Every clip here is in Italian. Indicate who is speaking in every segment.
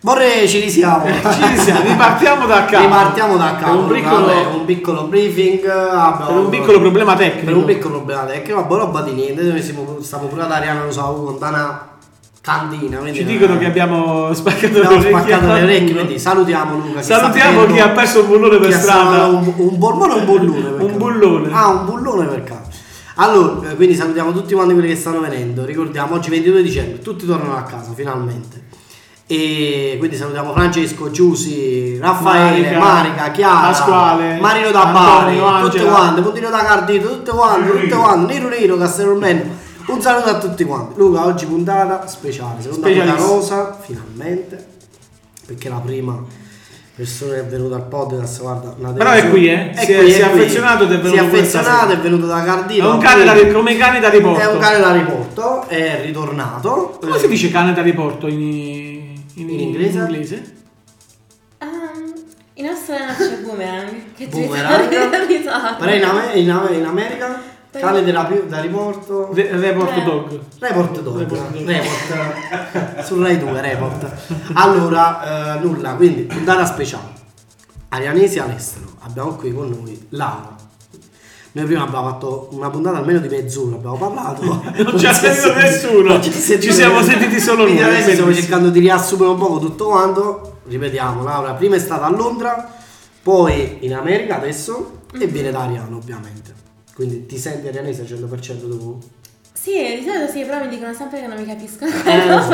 Speaker 1: Vorrei ci risiamo.
Speaker 2: Eh, Ci siamo, ripartiamo da capo.
Speaker 1: Ripartiamo da capo.
Speaker 2: Per un piccolo-
Speaker 1: Vabbè, un piccolo briefing. ah,
Speaker 2: Per un piccolo problema tecnico.
Speaker 1: per un piccolo problema tecnico, ma roba di niente. Noi siamo, stiamo pure ad Ariana Rosau con Dana Candina. quindi-
Speaker 2: Ci dicono che abbiamo spaccato
Speaker 1: abbiamo
Speaker 2: le orecchie.
Speaker 1: spaccato
Speaker 2: a
Speaker 1: le orecchie,
Speaker 2: qualcuno.
Speaker 1: quindi salutiamo Luca. che
Speaker 2: Salutiamo
Speaker 1: sta
Speaker 2: chi ha
Speaker 1: prendendo-
Speaker 2: perso un bullone per
Speaker 1: chi ha
Speaker 2: strada.
Speaker 1: salvato Un, un borbone o un bullone? per
Speaker 2: Un
Speaker 1: caso?
Speaker 2: bullone.
Speaker 1: Ah, un bullone per caso. Allora, eh, quindi salutiamo tutti quanti quelli che stanno venendo. Ricordiamo, oggi 22 dicembre, tutti tornano a casa finalmente. E quindi salutiamo Francesco, Giusi, Raffaele,
Speaker 2: Marica,
Speaker 1: Marica, Chiara,
Speaker 2: Pasquale,
Speaker 1: Marino da Bari,
Speaker 2: Antonio,
Speaker 1: tutti
Speaker 2: Angela.
Speaker 1: quanti, Puntino da Cardito, tutti quanti, tutti
Speaker 2: Nero.
Speaker 1: quanti, Nero Nero, Castelormento. Un saluto a tutti quanti. Luca, oggi puntata speciale, seconda puntata
Speaker 2: Specialissimo.
Speaker 1: rosa, finalmente perché la prima persona che è venuta al podcast guarda una
Speaker 2: Però è qui, eh. Si è- si è affezionato ed è venuto
Speaker 1: si è
Speaker 2: questa
Speaker 1: affezionato è
Speaker 2: sera.
Speaker 1: venuto da
Speaker 2: È
Speaker 1: Cardino
Speaker 2: un cane da,
Speaker 1: quindi-
Speaker 2: ri- come cane da riporto.
Speaker 1: è un cane da riporto è ritornato
Speaker 2: Come si dice cane da riporto in, in- in
Speaker 1: inglese?
Speaker 2: inglese?
Speaker 3: Ehm, in Australia nasce Boomerang, che ci
Speaker 1: Boomerang.
Speaker 3: risata.
Speaker 1: però in, Ame- in Ame- in America
Speaker 3: Per-
Speaker 1: cane da, rapi- da riporto
Speaker 2: Re- report
Speaker 3: Eh.
Speaker 2: dog.
Speaker 1: Report dopo,
Speaker 2: Report dopo.
Speaker 1: report su Rai 2, report. Allora, eh, nulla, quindi puntata speciale. Arianesi all'estero, abbiamo qui con noi Laura. Noi prima abbiamo fatto una puntata almeno di mezz'ora, abbiamo parlato.
Speaker 2: Non ci ha
Speaker 1: si è
Speaker 2: sentito nessuno.
Speaker 1: non ci, è sentito
Speaker 2: Ci siamo
Speaker 1: nessuno.
Speaker 2: sentiti solo
Speaker 1: Quindi
Speaker 2: noi,
Speaker 1: adesso stiamo
Speaker 2: bellissimo.
Speaker 1: cercando di riassumere un poco tutto quanto. Ripetiamo, Laura prima è stata a Londra, poi in America adesso e viene da Ariano ovviamente. Quindi ti senti arianese al 100% dopo
Speaker 3: Sì, di solito sì, però mi dicono sempre che non mi capiscono.
Speaker 1: eh, lo so.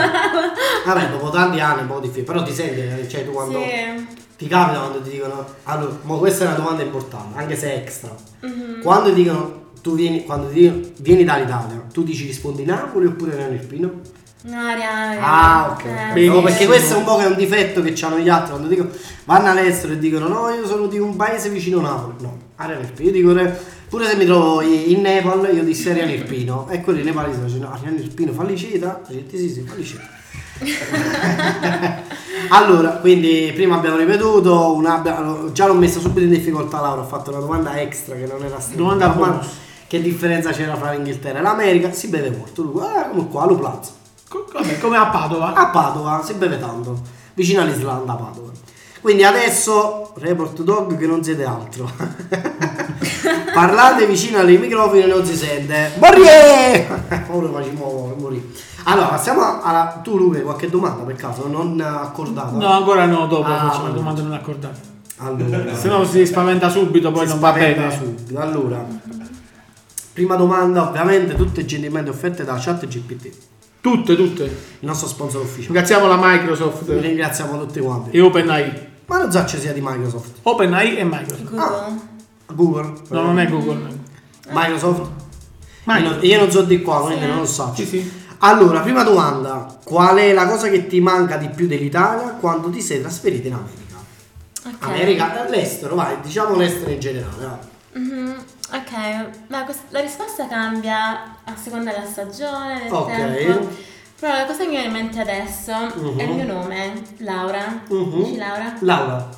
Speaker 1: Vabbè, dopo tanti anni un po' di più, però ti senti, cioè tu quando
Speaker 3: Sì.
Speaker 1: ti capita quando ti dicono allora, mo questa è una domanda importante, anche se è extra.
Speaker 3: Mhm.
Speaker 1: Quando ti dicono tu vieni, quando ti dicono, vieni dall'Italia, tu dici rispondi Napoli oppure Reno Irpino?
Speaker 3: No, Ariane.
Speaker 1: Ah, ok.
Speaker 3: Eh,
Speaker 1: ok. No,
Speaker 3: sì.
Speaker 1: perché questo è un po' che è un difetto che hanno gli altri quando dicono vanno all'estero e dicono no, io sono di un paese vicino Napoli. No, Ariano Irpino. Io dico re- pure se mi trovo i- in Nepal, io dissi Ariano Irpino. E quelli nepalesi dicono Ariano Irpino fa liceta? Io ho detto, Sì, sì, fa liceta. Allora, quindi prima abbiamo ripetuto, una- abbiamo- già l'ho messa subito in difficoltà Laura, ho fatto una domanda extra che non era stata.
Speaker 2: Domanda bonus.
Speaker 1: Che differenza c'era fra l'Inghilterra e l'America? Si beve molto, lui, ah, come qua, lo plaza.
Speaker 2: Co- Vabbè, come a Padova.
Speaker 1: A Padova, si beve tanto, vicino all'Islanda, a Padova. Quindi adesso, report dog che non siete altro. Parlate vicino ai microfoni non si sente. Morrie! Ora facciamo morire. Allora, passiamo alla... Tu Luca, hai qualche domanda per caso? Non accordata?
Speaker 2: No, ancora no, dopo
Speaker 1: Ah,
Speaker 2: faccio una
Speaker 1: vabbè.
Speaker 2: domanda non accordata.
Speaker 1: Allora,
Speaker 2: Se no si spaventa subito, poi
Speaker 1: si
Speaker 2: non va
Speaker 1: spaventa
Speaker 2: bene.
Speaker 1: subito. Allora, prima domanda, ovviamente, tutte gentilmente offerte da chat GPT,
Speaker 2: Tutte, tutte.
Speaker 1: il nostro sponsor ufficiale.
Speaker 2: Ringraziamo la
Speaker 1: Vi
Speaker 2: Microsoft
Speaker 1: ringraziamo tutti quanti.
Speaker 2: e OpenAI.
Speaker 1: Ma non so ci sia di Microsoft.
Speaker 2: OpenAI e
Speaker 1: Ah,
Speaker 2: Microsoft.
Speaker 3: Google.
Speaker 1: Google?
Speaker 2: No, non è Google.
Speaker 1: Microsoft?
Speaker 2: Microsoft.
Speaker 1: Io non- Io non so di qua, quindi
Speaker 3: Sì.
Speaker 1: non lo so.
Speaker 2: Sì, sì.
Speaker 1: Allora, prima domanda, qual è la cosa che ti manca di più dell'Italia quando ti sei trasferito in America?
Speaker 3: Ok.
Speaker 1: America, l'estero, vai, diciamo l'estero in generale. vai.
Speaker 3: Mhm, Ok, ma quest- la risposta cambia a seconda della stagione, del
Speaker 1: Ok.
Speaker 3: tempo. Però la cosa che mi viene in mente adesso è
Speaker 1: Mm-hmm.
Speaker 3: il mio nome, Laura.
Speaker 1: Mhm.
Speaker 3: Dici Laura?
Speaker 1: Laura.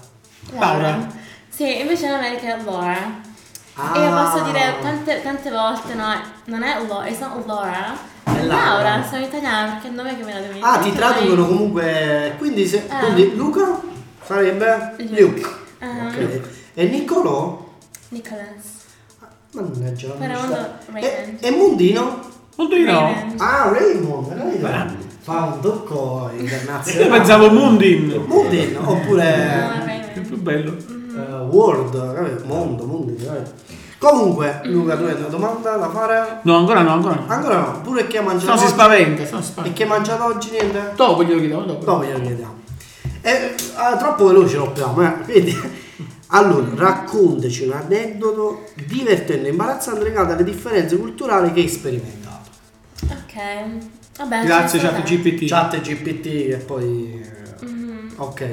Speaker 2: Laura.
Speaker 3: Sì, invece in America è Laura.
Speaker 1: Ah.
Speaker 3: E io posso dire tante, tante volte, no, non è Laura, sono Laura.
Speaker 1: È
Speaker 3: È
Speaker 1: Laura.
Speaker 3: Laura, sono italiana perché è il nome che mi ha dato mia
Speaker 1: Ah,
Speaker 3: mamma.
Speaker 1: ti traducono comunque. Quindi, se,
Speaker 3: Ah.
Speaker 1: quindi Luca sarebbe
Speaker 3: Luke.
Speaker 1: Luke.
Speaker 3: Ah.
Speaker 1: Ok. E Niccolò?
Speaker 3: Nicholas.
Speaker 1: Mannaggia, non
Speaker 3: Raymond
Speaker 1: riusciamo. e,
Speaker 3: Raymond.
Speaker 1: e Mondino?
Speaker 2: Mondino.
Speaker 3: Raymond.
Speaker 1: Ah, Raymond, Raymond. fa un tocco internazionale.
Speaker 2: Io pensavo Mondin.
Speaker 1: Mondino,
Speaker 3: No,
Speaker 1: oppure
Speaker 3: Ah, Raymond.
Speaker 2: È più bello.
Speaker 1: eh, World, vabbè, mondo, Mondino. vabbè. Comunque, Luca, tu hai una domanda da fare?
Speaker 2: No, ancora no, ancora no.
Speaker 1: Ancora no, pure chi ha
Speaker 2: Se Ah, no
Speaker 1: mangiato
Speaker 2: si
Speaker 1: oggi.
Speaker 2: spaventa, se no si
Speaker 1: E
Speaker 2: spaventa.
Speaker 1: chi ha mangiato oggi niente?
Speaker 2: Dopo glielo chiedo, dopo.
Speaker 1: Dopo glielo chiediamo. Eh, ah, troppo veloce lo abbiamo, eh. Quindi, allora, raccontaci un aneddoto divertente e imbarazzante legato alle differenze culturali che hai sperimentato.
Speaker 3: Ok. Vabbè,
Speaker 2: Grazie
Speaker 3: ci sono
Speaker 2: chat
Speaker 3: tanti.
Speaker 2: GPT.
Speaker 1: Chat GPT e poi... eh, Ok.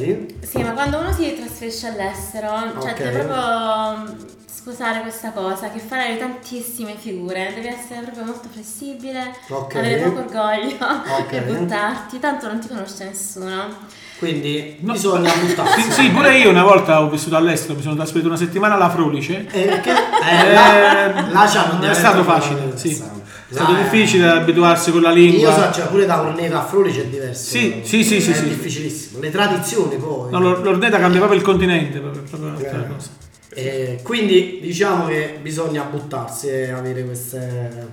Speaker 3: Sì, ma quando uno si trasferisce all'estero, cioè
Speaker 1: Ok.
Speaker 3: devi proprio mm, sposare questa cosa, che fare tantissime figure, devi essere proprio molto flessibile,
Speaker 1: Ok.
Speaker 3: avere poco orgoglio
Speaker 1: Ok.
Speaker 3: e buttarti, tanto non ti conosce nessuno.
Speaker 1: Quindi
Speaker 2: No.
Speaker 1: bisogna buttarsi.
Speaker 2: Sì, sì, pure io una volta ho vissuto all'estero, mi sono trasferito una settimana alla Frolice.
Speaker 1: Eh, perché? Eh,
Speaker 2: Eh,
Speaker 1: là c'hanno
Speaker 2: non è
Speaker 1: delle-
Speaker 2: stato facile, sì.
Speaker 1: Là
Speaker 2: È stato
Speaker 1: Ah, eh.
Speaker 2: difficile abituarsi con la lingua.
Speaker 1: Io so, cioè, pure da corneta a Froli c'è diverso.
Speaker 2: Sì, sì, sì, sì,
Speaker 1: È
Speaker 2: sì.
Speaker 1: difficilissimo. Le tradizioni poi.
Speaker 2: No, l'or- l'ornetta cambia proprio il continente, proprio, proprio un'altra
Speaker 1: Eh.
Speaker 2: cosa.
Speaker 1: Eh, quindi diciamo che bisogna buttarsi e avere queste,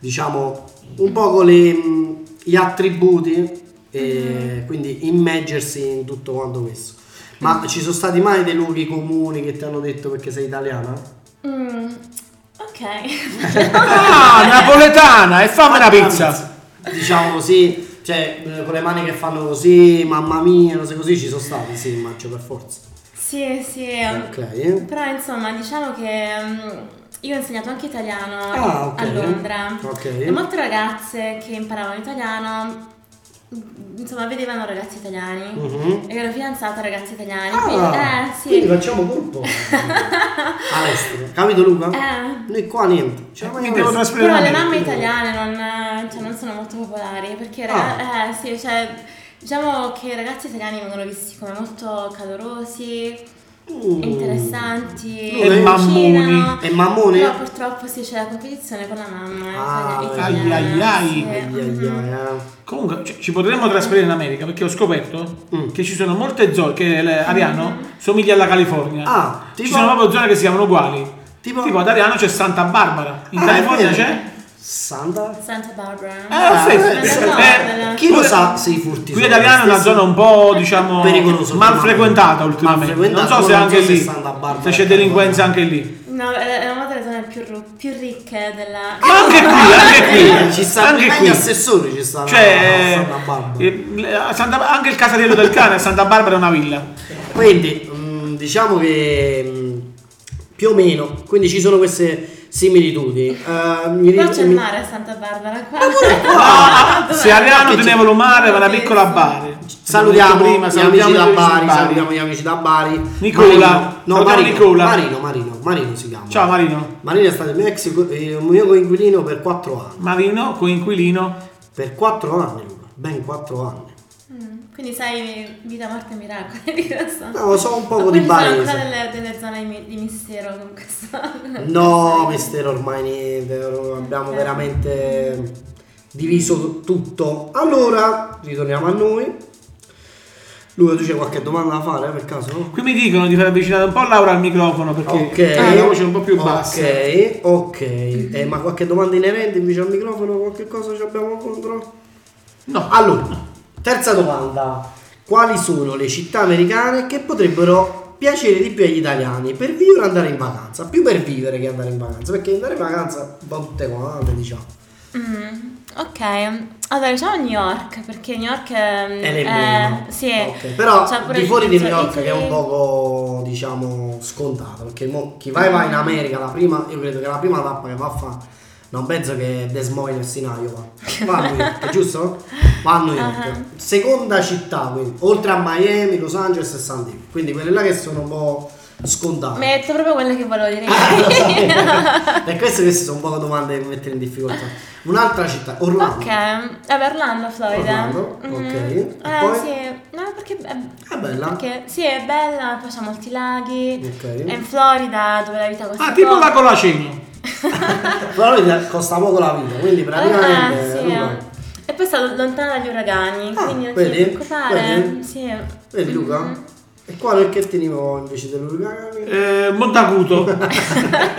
Speaker 1: diciamo, un po' con le, mh, gli attributi
Speaker 2: Mm-hmm.
Speaker 1: e quindi immergersi in tutto quanto questo. Ma ci sono stati mai dei luoghi comuni che ti hanno detto perché sei italiana?
Speaker 3: Mm, ok.
Speaker 2: Ah, napoletana, e fammi una pizza.
Speaker 1: Diciamo così, cioè eh, con le mani che fanno così, mamma mia, cose così ci sono stati, sì, immagino per forza.
Speaker 3: sì, sì.
Speaker 1: Ok.
Speaker 3: Però insomma, diciamo che mm, io ho insegnato anche italiano
Speaker 1: Ah, ok.
Speaker 3: a Londra.
Speaker 1: Ok.
Speaker 3: E molte ragazze che imparavano italiano, mm, insomma, vedevano ragazzi italiani.
Speaker 1: Mhm.
Speaker 3: E ero fidanzata a ragazzi italiani. quindi,
Speaker 1: Ah,
Speaker 3: eh, sì.
Speaker 1: quindi facciamo gruppo all'estero, capito Luca?
Speaker 3: Eh.
Speaker 1: Noi qua niente. Cioè, ma io
Speaker 2: Quindi devo
Speaker 1: non-
Speaker 2: trasferire
Speaker 3: Però
Speaker 2: a
Speaker 3: le
Speaker 2: Napoli.
Speaker 3: mamme italiane non, cioè, non sono molto popolari perché
Speaker 1: Ah.
Speaker 3: raga- eh, sì, cioè, diciamo che i ragazzi italiani vengono visti come molto calorosi,
Speaker 1: Mm.
Speaker 3: interessanti,
Speaker 1: E
Speaker 3: cucinano.
Speaker 2: mammoni.
Speaker 1: E mammoni?
Speaker 3: Però purtroppo sì, c'è la competizione con la mamma.
Speaker 1: Ah,
Speaker 3: itali-
Speaker 2: ai,
Speaker 3: italiana,
Speaker 2: ai, ai.
Speaker 3: eh, cioè, sì.
Speaker 1: Ai, ai,
Speaker 3: Mhm.
Speaker 1: ai, eh.
Speaker 2: Comunque ci- ci potremmo trasferire in America perché ho scoperto
Speaker 1: Mm.
Speaker 2: che ci sono molte zone che le- Ariano somiglia alla California.
Speaker 1: Ah, tipo-
Speaker 2: Ci sono proprio zone che si chiamano uguali.
Speaker 1: Tipo-
Speaker 2: Tipo, ad Ariano c'è Santa Barbara, in
Speaker 1: Ah,
Speaker 2: California
Speaker 1: è vero.
Speaker 2: c'è.
Speaker 1: Santa?
Speaker 3: Santa Barbara.
Speaker 2: Eh, ho
Speaker 1: eh,
Speaker 2: sentito.
Speaker 1: sì.
Speaker 2: Eh,
Speaker 1: Chi lo
Speaker 2: pure-
Speaker 1: sa se i furti
Speaker 2: Qui
Speaker 1: sono
Speaker 2: ad Ariano è una
Speaker 1: stessi?
Speaker 2: zona un po' diciamo
Speaker 1: Pericoloso,
Speaker 2: mal
Speaker 1: ma-
Speaker 2: frequentata ultimamente.
Speaker 1: malfrequentata,
Speaker 2: Non so se
Speaker 1: non
Speaker 2: anche
Speaker 1: so se
Speaker 2: lì
Speaker 1: Santa Barbara
Speaker 2: se
Speaker 1: è
Speaker 2: c'è
Speaker 1: Santa
Speaker 2: delinquenza anche lì.
Speaker 3: No, eh, è è una delle zone più, ru- più ricche della...
Speaker 2: Ma anche qui,
Speaker 1: Eh,
Speaker 2: anche qui,
Speaker 1: ci sta
Speaker 2: anche
Speaker 1: anche
Speaker 2: qui.
Speaker 1: assessori ci stanno
Speaker 2: Cioè,
Speaker 1: a Santa Barbara.
Speaker 2: eh, le- a Santa- anche il casatiello del cane a Santa Barbara è una villa.
Speaker 1: Quindi, mh, diciamo che mh, più o meno, quindi ci sono queste similitudini. Eh, mi
Speaker 3: Però
Speaker 1: ri-
Speaker 3: c'è il
Speaker 1: mi-
Speaker 3: mare a Santa Barbara qua.
Speaker 2: Ah,
Speaker 3: Dov'è?
Speaker 2: se Ariano
Speaker 1: Perché c'è-
Speaker 2: tenevano mare, va una piccola Bari.
Speaker 1: Salutiamo
Speaker 2: Prima,
Speaker 1: gli
Speaker 2: salutiamo
Speaker 1: amici da
Speaker 2: gli
Speaker 1: Bari, salutiamo gli amici da Bari.
Speaker 2: Nicola,
Speaker 1: Marino, no,
Speaker 2: salutiamo
Speaker 1: Marino,
Speaker 2: Nicola.
Speaker 1: Marino, Marino, Marino si chiama.
Speaker 2: Ciao Marino.
Speaker 1: Marino è stato il mio ex eh, un mio coinquilino per 4 anni.
Speaker 2: Marino, coinquilino.
Speaker 1: Per 4 anni, Luca, ben 4 anni.
Speaker 3: Mm, Quindi sai vita, morte e miracoli di questo.
Speaker 1: No, so un poco
Speaker 3: Ma
Speaker 1: di
Speaker 3: poi ci sono ancora
Speaker 1: barese.
Speaker 3: delle, delle zone mi- di mistero con questo.
Speaker 1: No, mistero ormai niente, or- abbiamo veramente diviso tutto. Allora, ritorniamo a noi. Luca, tu c'è qualche domanda da fare per caso?
Speaker 2: Qui mi dicono di far avvicinare un po' Laura al microfono perché
Speaker 1: Ok,
Speaker 2: ha Ah, la voce è un po' più bassa.
Speaker 1: Ok, ok. Eh, ma qualche domanda inerente invece al microfono? Qualche cosa ci abbiamo contro?
Speaker 2: No.
Speaker 1: Allora, terza domanda. Quali sono le città americane che potrebbero piacere di più agli italiani per vivere o andare in vacanza? Più per vivere che andare in vacanza, perché andare in vacanza va tutte quante, diciamo.
Speaker 3: Mm, ok, allora diciamo New York, perché New York
Speaker 1: È
Speaker 3: è...
Speaker 1: l'emblema.
Speaker 3: è Eh, sì,
Speaker 1: Ok, Però
Speaker 3: c'ha pure
Speaker 1: di
Speaker 3: il
Speaker 1: fuori di New
Speaker 3: Pizza
Speaker 1: York che è un
Speaker 3: Italy.
Speaker 1: poco, diciamo, scontato, perché mo chi vai
Speaker 3: Mm.
Speaker 1: va in America, la prima, io credo che la prima tappa che va a fare non penso che Des Moines in Iowa. Va a New York, giusto? Va a New York.
Speaker 3: Ah.
Speaker 1: Seconda città, quindi, oltre a Miami, Los Angeles e San Diego. Quindi quelle là che sono un po' scontate.
Speaker 3: Metto proprio quella che volevo dire.
Speaker 1: Ah, per questo queste sono un po' domande che mi mettono in difficoltà. Un'altra città, Orlando.
Speaker 3: ok, vabbè Orlando, Florida.
Speaker 1: Orlando,
Speaker 3: Mhm.
Speaker 1: ok. E
Speaker 3: Eh
Speaker 1: poi? Ah.
Speaker 3: sì, no perché...
Speaker 1: È bella.
Speaker 3: Perché, sì, è bella, poi c'ha molti laghi.
Speaker 1: Ok.
Speaker 3: È in Florida dove la vita costa
Speaker 2: Ah, tipo
Speaker 3: poco.
Speaker 2: la colaceno.
Speaker 1: Però vedi, costa poco la vita, quindi praticamente...
Speaker 3: Ah, sì.
Speaker 1: eh, Luca,
Speaker 3: E poi sta lontana dagli uragani,
Speaker 1: Ah,
Speaker 3: quindi non ti
Speaker 1: vedi?
Speaker 3: devi preoccupare.
Speaker 1: Vedi?
Speaker 3: Sì.
Speaker 1: Vedi
Speaker 3: Mm-hmm.
Speaker 1: Luca? E qua perché teniamo invece dell'uragano?
Speaker 2: Eh, Montacuto.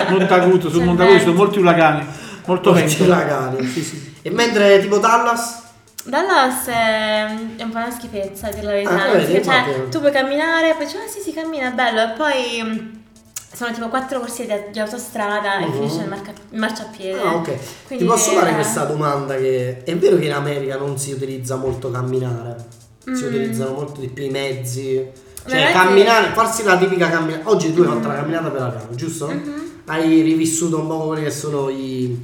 Speaker 2: Montacuto, su
Speaker 3: C'è
Speaker 2: Montacuto ci
Speaker 3: vento.
Speaker 2: sono molti uragani. Molto
Speaker 1: Molti
Speaker 2: vento.
Speaker 1: uragani.
Speaker 2: Sì, sì.
Speaker 1: E mentre tipo Dallas?
Speaker 3: Dallas è è un po' una schifezza, a dir la verità.
Speaker 1: Ah, vedi,
Speaker 3: perché, cioè,
Speaker 1: infatti.
Speaker 3: tu puoi camminare, poi dici, ah sì, si cammina, bello. E poi mh, sono tipo quattro corsie di, di autostrada e
Speaker 1: Mhm.
Speaker 3: finisce il, marca- il marciapiede.
Speaker 1: Ah, ok.
Speaker 3: Eh, Quindi,
Speaker 1: Ti posso fare
Speaker 3: eh,
Speaker 1: questa domanda che è vero che in America non si utilizza molto camminare? Si
Speaker 3: Mm.
Speaker 1: utilizzano molto di più i mezzi. Cioè
Speaker 3: Veramente?
Speaker 1: camminare, farsi la tipica camminata. Oggi tu hai fatto la camminata per la Ariano, giusto?
Speaker 3: Mm-hmm.
Speaker 1: Hai rivissuto un po' quelli che sono i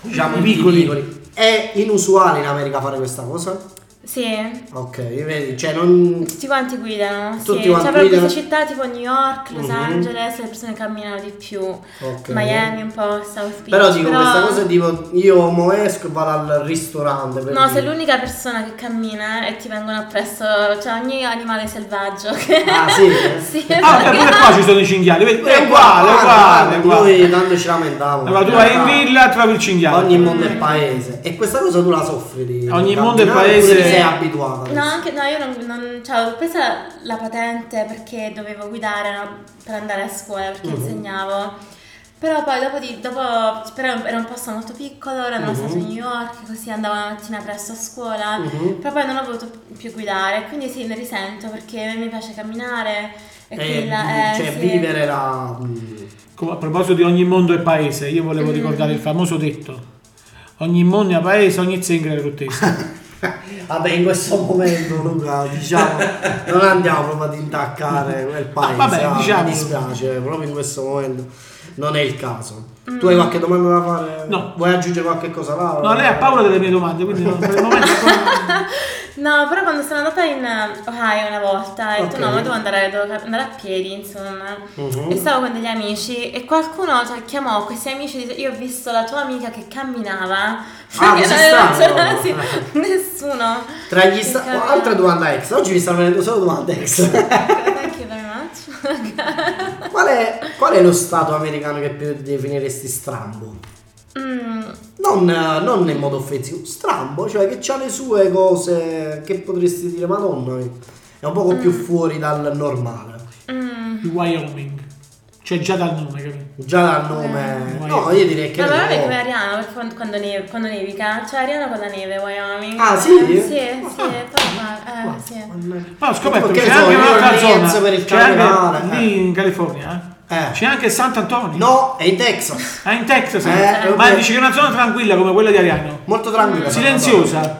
Speaker 1: diciamo i
Speaker 2: Piccoli.
Speaker 1: piccoli. È inusuale in America fare questa cosa?
Speaker 3: Sì.
Speaker 1: Ok, vedi, cioè non...
Speaker 3: Tutti quanti guidano,
Speaker 1: Tutti
Speaker 3: sì.
Speaker 1: quanti
Speaker 3: Cioè, proprio
Speaker 1: guidano.
Speaker 3: queste città tipo New York, Los
Speaker 1: Mhm.
Speaker 3: Angeles, le persone camminano di più.
Speaker 1: ok.
Speaker 3: Miami un po', South Beach.
Speaker 1: Però dico, questa cosa è tipo, io mo esco e vado al ristorante. per
Speaker 3: No,
Speaker 1: dire.
Speaker 3: sei l'unica persona che cammina e ti vengono appresso, cioè ogni animale selvaggio.
Speaker 1: Ah, sì? eh?
Speaker 3: sì,
Speaker 2: Ah, e pure qua ci sono i cinghiali, vedi? È uguale, è uguale, è
Speaker 1: Guarda,
Speaker 2: uguale.
Speaker 1: Noi tanto ci lamentavamo.
Speaker 2: Allora, tu vai in villa, trovi il cinghiale.
Speaker 1: Ogni mondo è paese. E questa cosa tu la soffri di.
Speaker 2: Ogni
Speaker 1: di
Speaker 2: mondo è
Speaker 1: camminare,
Speaker 2: paese.
Speaker 1: oppure ti sei abituato.
Speaker 3: No, anche no, io non, non- cioè, ho preso la patente perché dovevo guidare no, per andare a scuola, perché
Speaker 1: Mhm.
Speaker 3: insegnavo. Però poi dopo, di, dopo però era un posto molto piccolo, ero nello
Speaker 1: Mhm.
Speaker 3: stato di New York, così andavo la mattina presto a scuola,
Speaker 1: Mhm.
Speaker 3: però poi non ho potuto più guidare, quindi sì, ne risento perché mi piace camminare e
Speaker 1: Eh,
Speaker 3: quindi la- eh,
Speaker 1: cioè,
Speaker 3: sì.
Speaker 1: vivere la. mm,
Speaker 2: Com- A proposito di ogni mondo è paese, io volevo ricordare il famoso detto. Ogni mondo è paese, ogni zingara è ruttesca.
Speaker 1: Vabbè, in questo momento, Luca, diciamo, non andiamo proprio ad intaccare quel paese.
Speaker 2: vabbè,
Speaker 1: ah,
Speaker 2: diciamo.
Speaker 1: Mi dispiace, proprio in questo momento non è il caso. Tu hai
Speaker 3: Mm.
Speaker 1: qualche domanda da fare?
Speaker 2: No.
Speaker 1: Vuoi aggiungere qualche cosa là? Eh,
Speaker 2: No, lei ha paura delle mie domande, quindi no, per il momento...
Speaker 3: No, però quando sono andata in eh, Ohio una volta, ho detto
Speaker 1: Ok.
Speaker 3: no, ma devo andare, devo andare a piedi, insomma.
Speaker 1: Mhm.
Speaker 3: E stavo con degli amici e qualcuno cioè, chiamò questi amici e disse io ho visto la tua amica che camminava.
Speaker 1: Ah, ma
Speaker 3: Perché
Speaker 1: ci
Speaker 3: non era-
Speaker 1: stanno?
Speaker 3: c'era- sì, nessuno.
Speaker 1: Tra gli sta-
Speaker 3: Che cavolo.
Speaker 1: Altra domanda ex. Oggi mi stanno venendo solo domande ex.
Speaker 3: Thank you very much.
Speaker 1: Qual è, qual è lo stato americano che più definiresti strambo?
Speaker 3: Mm,
Speaker 1: Non, eh, non in modo offensivo, strambo, cioè che ha le sue cose che potresti dire, madonna, è un poco più fuori dal normale.
Speaker 3: mm.
Speaker 2: Il Wyoming. Cioè già dal nome, capito?
Speaker 1: Già dal nome...
Speaker 2: Eh.
Speaker 1: No, io direi che...
Speaker 3: No,
Speaker 1: è
Speaker 3: ma non è
Speaker 1: un
Speaker 3: come
Speaker 1: po'.
Speaker 3: Ariano, perché quando, quando neve- quando nevica, cioè Ariano con la neve, Wyoming.
Speaker 1: Ah, sì? Ah.
Speaker 3: Eh, Sì, sì, poi qua, eh,
Speaker 1: Guarda,
Speaker 3: sì.
Speaker 1: mannaggia.
Speaker 2: Ma ho scoperto
Speaker 1: Che
Speaker 2: che c'è
Speaker 1: ne so,
Speaker 2: anche
Speaker 1: io
Speaker 2: un'altra
Speaker 1: il Lenzo per
Speaker 2: zona,
Speaker 1: il
Speaker 2: c'è anche
Speaker 1: carnevale, eh.
Speaker 2: lì in California, eh.
Speaker 1: Eh.
Speaker 2: c'è anche Sant'Antonio,
Speaker 1: No, è in Texas.
Speaker 2: ah, in Texas,
Speaker 1: Eh,
Speaker 2: eh.
Speaker 1: ok.
Speaker 2: ma dici che è una zona tranquilla come quella di Ariano,
Speaker 1: Molto
Speaker 3: Mm.
Speaker 1: tranquilla.
Speaker 2: silenziosa,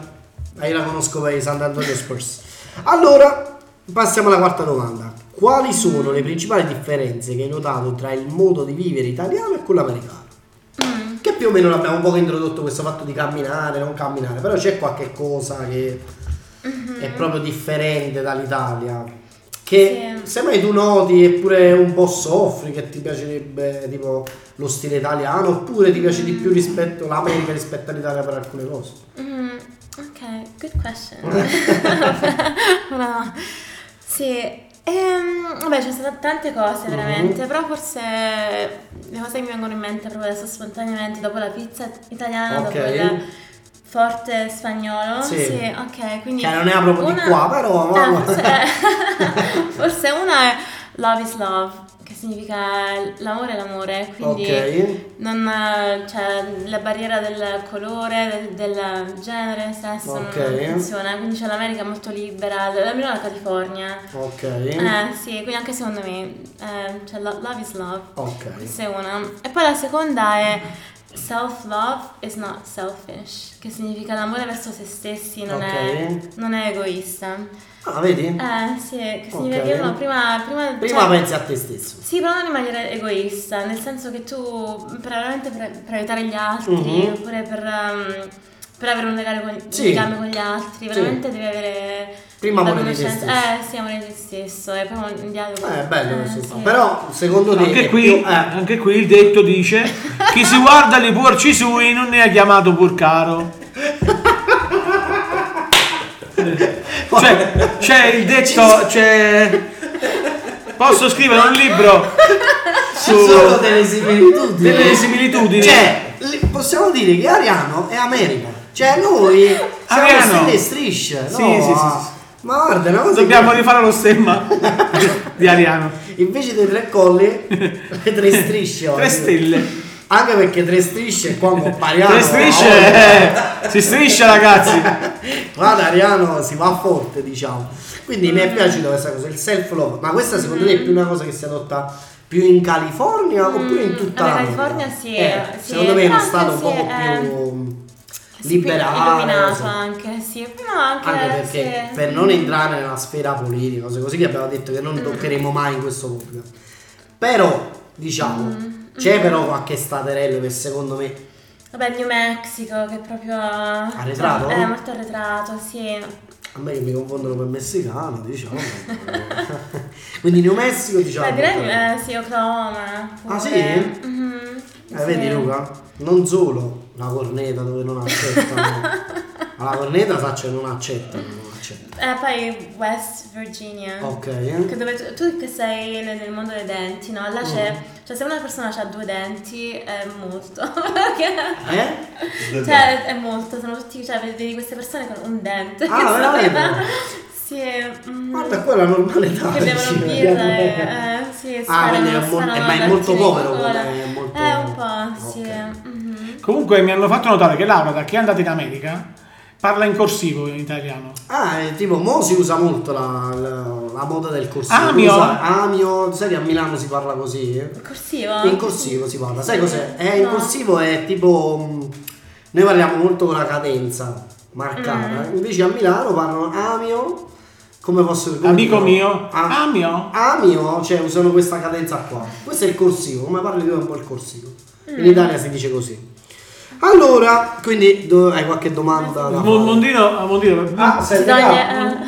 Speaker 1: Eh, io la conosco per i Sant'Antonio Spurs. Allora, passiamo alla quarta domanda. Quali sono le principali differenze che hai notato tra il modo di vivere italiano e quello americano?
Speaker 3: Mm.
Speaker 1: Che più o meno l'abbiamo un po' introdotto questo fatto di camminare, non camminare, però c'è qualche cosa che
Speaker 3: Mhm.
Speaker 1: è proprio differente dall'Italia. Che
Speaker 3: Sì.
Speaker 1: se mai tu noti eppure un po' soffri che ti piacerebbe tipo lo stile italiano oppure ti piace di più rispetto l'America rispetto all'Italia per alcune cose.
Speaker 3: Mm, ok, good question. No. Sì, ehm, vabbè, ci sono tante
Speaker 1: Mm-hmm.
Speaker 3: cose veramente, però forse le cose che mi vengono in mente proprio adesso spontaneamente, dopo la pizza italiana,
Speaker 1: Ok.
Speaker 3: dopo il forte spagnolo.
Speaker 1: Sì.
Speaker 3: Sì, ok, quindi...
Speaker 1: Cioè non è proprio
Speaker 3: una-
Speaker 1: di qua, però
Speaker 3: Eh,
Speaker 1: ma-
Speaker 3: forse, forse una è love is love, che significa l'amore è l'amore, quindi...
Speaker 1: Ok.
Speaker 3: Non, eh, cioè, la barriera del colore, del, del genere, sesso
Speaker 1: Ok.
Speaker 3: non funziona, quindi c'è l'America molto libera, l- almeno la California.
Speaker 1: Ok.
Speaker 3: Eh sì, quindi anche secondo me eh, c'è lo- love is love,
Speaker 1: Ok.
Speaker 3: questa è una. E poi la seconda è self love is not selfish, che significa l'amore verso se stessi non, è,
Speaker 1: Ok.
Speaker 3: non è egoista.
Speaker 1: Ah, vedi?
Speaker 3: Eh sì, che significa
Speaker 1: Ok.
Speaker 3: che uno prima... Prima,
Speaker 1: Prima
Speaker 3: cioè-
Speaker 1: pensi a te stesso.
Speaker 3: sì, però non in maniera egoista, nel senso che tu per, veramente per, per aiutare gli altri,
Speaker 1: Mhm.
Speaker 3: oppure per, ehm, per avere un legame con, un
Speaker 1: Sì.
Speaker 3: legame con gli altri, veramente devi avere
Speaker 1: Prima
Speaker 3: la
Speaker 1: amore di te
Speaker 3: conoscenza-
Speaker 1: stesso.
Speaker 3: Eh sì, amore di te stesso, e poi un dialogo.
Speaker 1: Eh, è bello
Speaker 3: eh,
Speaker 1: questo.
Speaker 3: sì.
Speaker 1: fatto. Però secondo te
Speaker 2: anche
Speaker 1: è
Speaker 2: qui,
Speaker 1: più- eh,
Speaker 2: anche qui il detto dice, chi si guarda le porci sui non ne ha chiamato pur caro. Cioè, c'è il detto, c'è... Posso scrivere un libro
Speaker 1: ci sono
Speaker 2: su
Speaker 1: delle similitudini.
Speaker 2: delle similitudini.
Speaker 1: Cioè, li- possiamo dire che Ariano è America. Cioè, noi siamo
Speaker 2: Ariano.
Speaker 1: stelle e strisce. no?
Speaker 2: Sì, sì, sì, sì.
Speaker 1: Ma guarda, è una cosa
Speaker 2: Dobbiamo rifare lo stemma di Ariano.
Speaker 1: che- invece dei tre colli, le tre strisce.
Speaker 2: Tre
Speaker 1: oggi.
Speaker 2: stelle.
Speaker 1: Anche perché tre strisce qua compariamo.
Speaker 2: Tre strisce. eh, si striscia ragazzi.
Speaker 1: Guarda Ariano si va forte diciamo Quindi mi è piaciuta questa cosa Il self love Ma questa secondo te è più una cosa che si adotta più in California Oppure in tutta
Speaker 3: Mm, vabbè,
Speaker 1: l'America?
Speaker 3: California sì,
Speaker 1: Eh,
Speaker 3: sì,
Speaker 1: Secondo me è uno
Speaker 3: però
Speaker 1: stato un
Speaker 3: anche
Speaker 1: poco
Speaker 3: sì, eh,
Speaker 1: più
Speaker 3: Sì,
Speaker 1: liberale
Speaker 3: Illuminato
Speaker 1: sì.
Speaker 3: anche, sì. Però anche,
Speaker 1: Anche perché
Speaker 3: sì.
Speaker 1: per non entrare nella sfera politica Cose così che abbiamo detto che
Speaker 3: Mm.
Speaker 1: non toccheremo mai in questo podcast Però diciamo
Speaker 3: Mm,
Speaker 1: C'è però qualche staterello che secondo me
Speaker 3: Vabbè, il New Mexico che è proprio...
Speaker 1: Arretrato?
Speaker 3: È molto arretrato, sì.
Speaker 1: A me che mi confondono con il messicano, diciamo. Quindi New Mexico, diciamo.
Speaker 3: Beh, direi eh, sì, Oklahoma.
Speaker 1: Ah, sì?
Speaker 3: pure. Mhm,
Speaker 1: Eh, vedi
Speaker 3: sì.
Speaker 1: Luca, non solo la corneta dove non accettano, ma la corneta sa cioè non accettano, non accettano.
Speaker 3: Eh, poi West Virginia.
Speaker 1: Ok,
Speaker 3: Che
Speaker 1: eh?
Speaker 3: dove tu, tu che sei nel, nel mondo dei denti, no? Là c'è.
Speaker 1: Mm.
Speaker 3: Cioè, se una persona ha due denti è molto. Perché-
Speaker 1: Eh?
Speaker 3: cioè, è molto. Sono tutti. Cioè, vedi queste persone con un dente.
Speaker 1: Ah,
Speaker 3: che sono-
Speaker 1: veramente? Ah,
Speaker 3: Sì. mm,
Speaker 1: Guarda, quella è la normalità.
Speaker 3: che devono
Speaker 1: dici, eh.
Speaker 3: dire. Eh, sì,
Speaker 1: Ah,
Speaker 3: sparano-
Speaker 1: quindi è, mo-
Speaker 3: sparano
Speaker 1: eh, ma è
Speaker 3: dal
Speaker 1: molto
Speaker 3: tiro di
Speaker 1: povero,
Speaker 3: cola.
Speaker 1: quella, è molto...
Speaker 3: Eh, un po', sì.
Speaker 1: Ok.
Speaker 3: mhm.
Speaker 2: Comunque mi hanno fatto notare che Laura, da che è andata in America, parla in corsivo in italiano.
Speaker 1: Ah, eh, tipo, mo si usa molto la, la- la moda del corsivo.
Speaker 2: Amio?
Speaker 1: Tu usa- Amio, sai che a Milano si parla così? eh?
Speaker 3: Corsivo?
Speaker 1: In corsivo si parla, sai cos'è? Eh, in
Speaker 3: No.
Speaker 1: corsivo è tipo. mh, Noi parliamo molto con la cadenza marcata.
Speaker 3: Mm.
Speaker 1: Invece a Milano parlano amio come fosse. come
Speaker 2: Amico
Speaker 1: dicono?
Speaker 2: mio,
Speaker 1: A-
Speaker 2: amio.
Speaker 1: amio, cioè usano questa cadenza qua. Questo è il corsivo, come parli tu è un po' il corsivo. In
Speaker 3: Mm.
Speaker 1: Italia si dice così. Allora, quindi do- hai qualche domanda da
Speaker 2: Mo-
Speaker 1: fare?
Speaker 2: Mondino, Mondino,
Speaker 1: Ah, sei legato?
Speaker 3: Bisogna...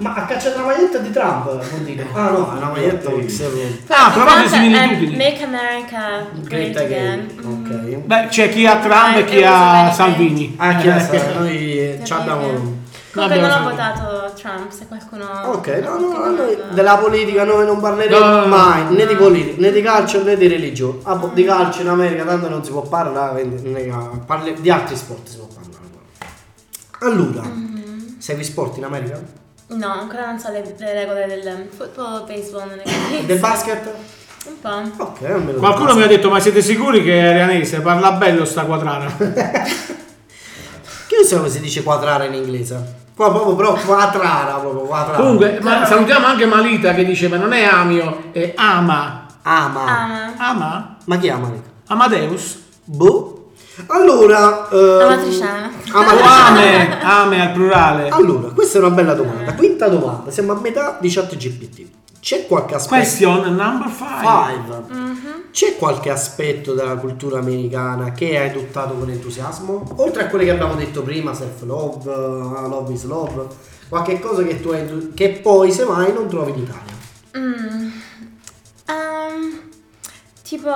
Speaker 3: eh,
Speaker 1: Ma ha cacciato la maglietta di Trump, Mondino? Ah no, è una maglietta
Speaker 4: Sì.
Speaker 1: Great
Speaker 2: Ah, provate
Speaker 3: Intanto
Speaker 2: similitudini.
Speaker 3: è Make America Great Again. Mhm.
Speaker 1: Ok.
Speaker 2: Beh, c'è chi ha Trump e chi ha Salvini.
Speaker 1: Ah,
Speaker 2: Eh,
Speaker 1: chiaro, noi eh, ci
Speaker 3: Capito?
Speaker 1: abbiamo...
Speaker 3: Comunque
Speaker 2: Abbiamo
Speaker 3: non ho
Speaker 2: Salvini.
Speaker 3: votato Trump, se qualcuno...
Speaker 1: Ok, no, no, no,
Speaker 3: qualcuno-
Speaker 1: noi della politica noi non parleremo
Speaker 2: No, no, no, no.
Speaker 1: mai, né di politica, né di calcio, né di religione. Ah, boh, di calcio in America tanto non si può parlare, quindi, ne- parli- di altri sport si può parlare. Allora, segui sport in America?
Speaker 3: No, ancora non so le, le regole del football, baseball, non è
Speaker 1: Del basket?
Speaker 3: Un po'.
Speaker 1: Ok, almeno...
Speaker 2: Qualcuno mi ha detto, ma siete sicuri che è arianese? Parla bello sta quadrana.
Speaker 1: Che ne so come si dice quadrara in inglese? Qua proprio, però quadrara, proprio quadrara.
Speaker 2: Comunque, ma salutiamo anche Malita che diceva, non è amio, è ama.
Speaker 1: Ama.
Speaker 3: Ama.
Speaker 2: Ama?
Speaker 1: Ma chi è America?
Speaker 2: Amadeus?
Speaker 1: Boh. Allora... ehm,
Speaker 3: Amatriciana.
Speaker 2: O
Speaker 1: Amatriciana.
Speaker 2: Oh, ame? Ame al plurale.
Speaker 1: Allora, questa è una bella domanda. Quinta domanda, siamo a metà di ChatGPT. C'è qualche aspetto
Speaker 2: Question number five.
Speaker 1: Five.
Speaker 3: mhm,
Speaker 1: C'è qualche aspetto della cultura americana che hai adottato con entusiasmo? Oltre a quelle che abbiamo detto prima, self love, love is love, qualche cosa che tu hai entu- che poi semmai non trovi in Italia.
Speaker 3: Mm. Ehm, tipo,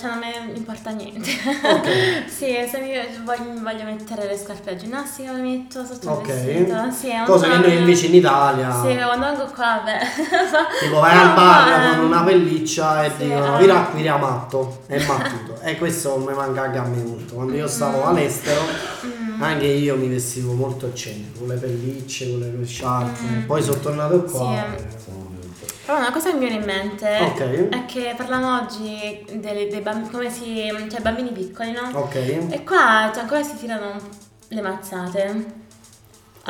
Speaker 3: cioè non mi importa niente.
Speaker 1: Ok.
Speaker 3: sì, se mi voglio, voglio mettere le scarpe a ginnastica, le metto sotto
Speaker 1: Ok.
Speaker 3: il vestito. Sì, è un
Speaker 1: cosa che noi
Speaker 3: sogno.
Speaker 1: invece in Italia
Speaker 3: Sì, quando vengo qua, beh.
Speaker 1: tipo vai
Speaker 3: No,
Speaker 1: al bar
Speaker 3: ehm,
Speaker 1: con una pelliccia e
Speaker 3: sì,
Speaker 1: dicono
Speaker 3: ehm.
Speaker 1: vira qui vira matto è mattuto e questo mi manca anche a me molto quando io stavo
Speaker 3: Mm.
Speaker 1: all'estero anche io mi vestivo molto eccentrico con le pellicce con le sciarpe poi sono tornato qua
Speaker 3: Mm. Sì, eh. Però una cosa che mi viene in mente
Speaker 1: Ok.
Speaker 3: è che parlavamo oggi delle- dei bambini, come si, cioè bambini piccoli, no?
Speaker 1: ok
Speaker 3: E qua cioè, ancora si tirano le mazzate.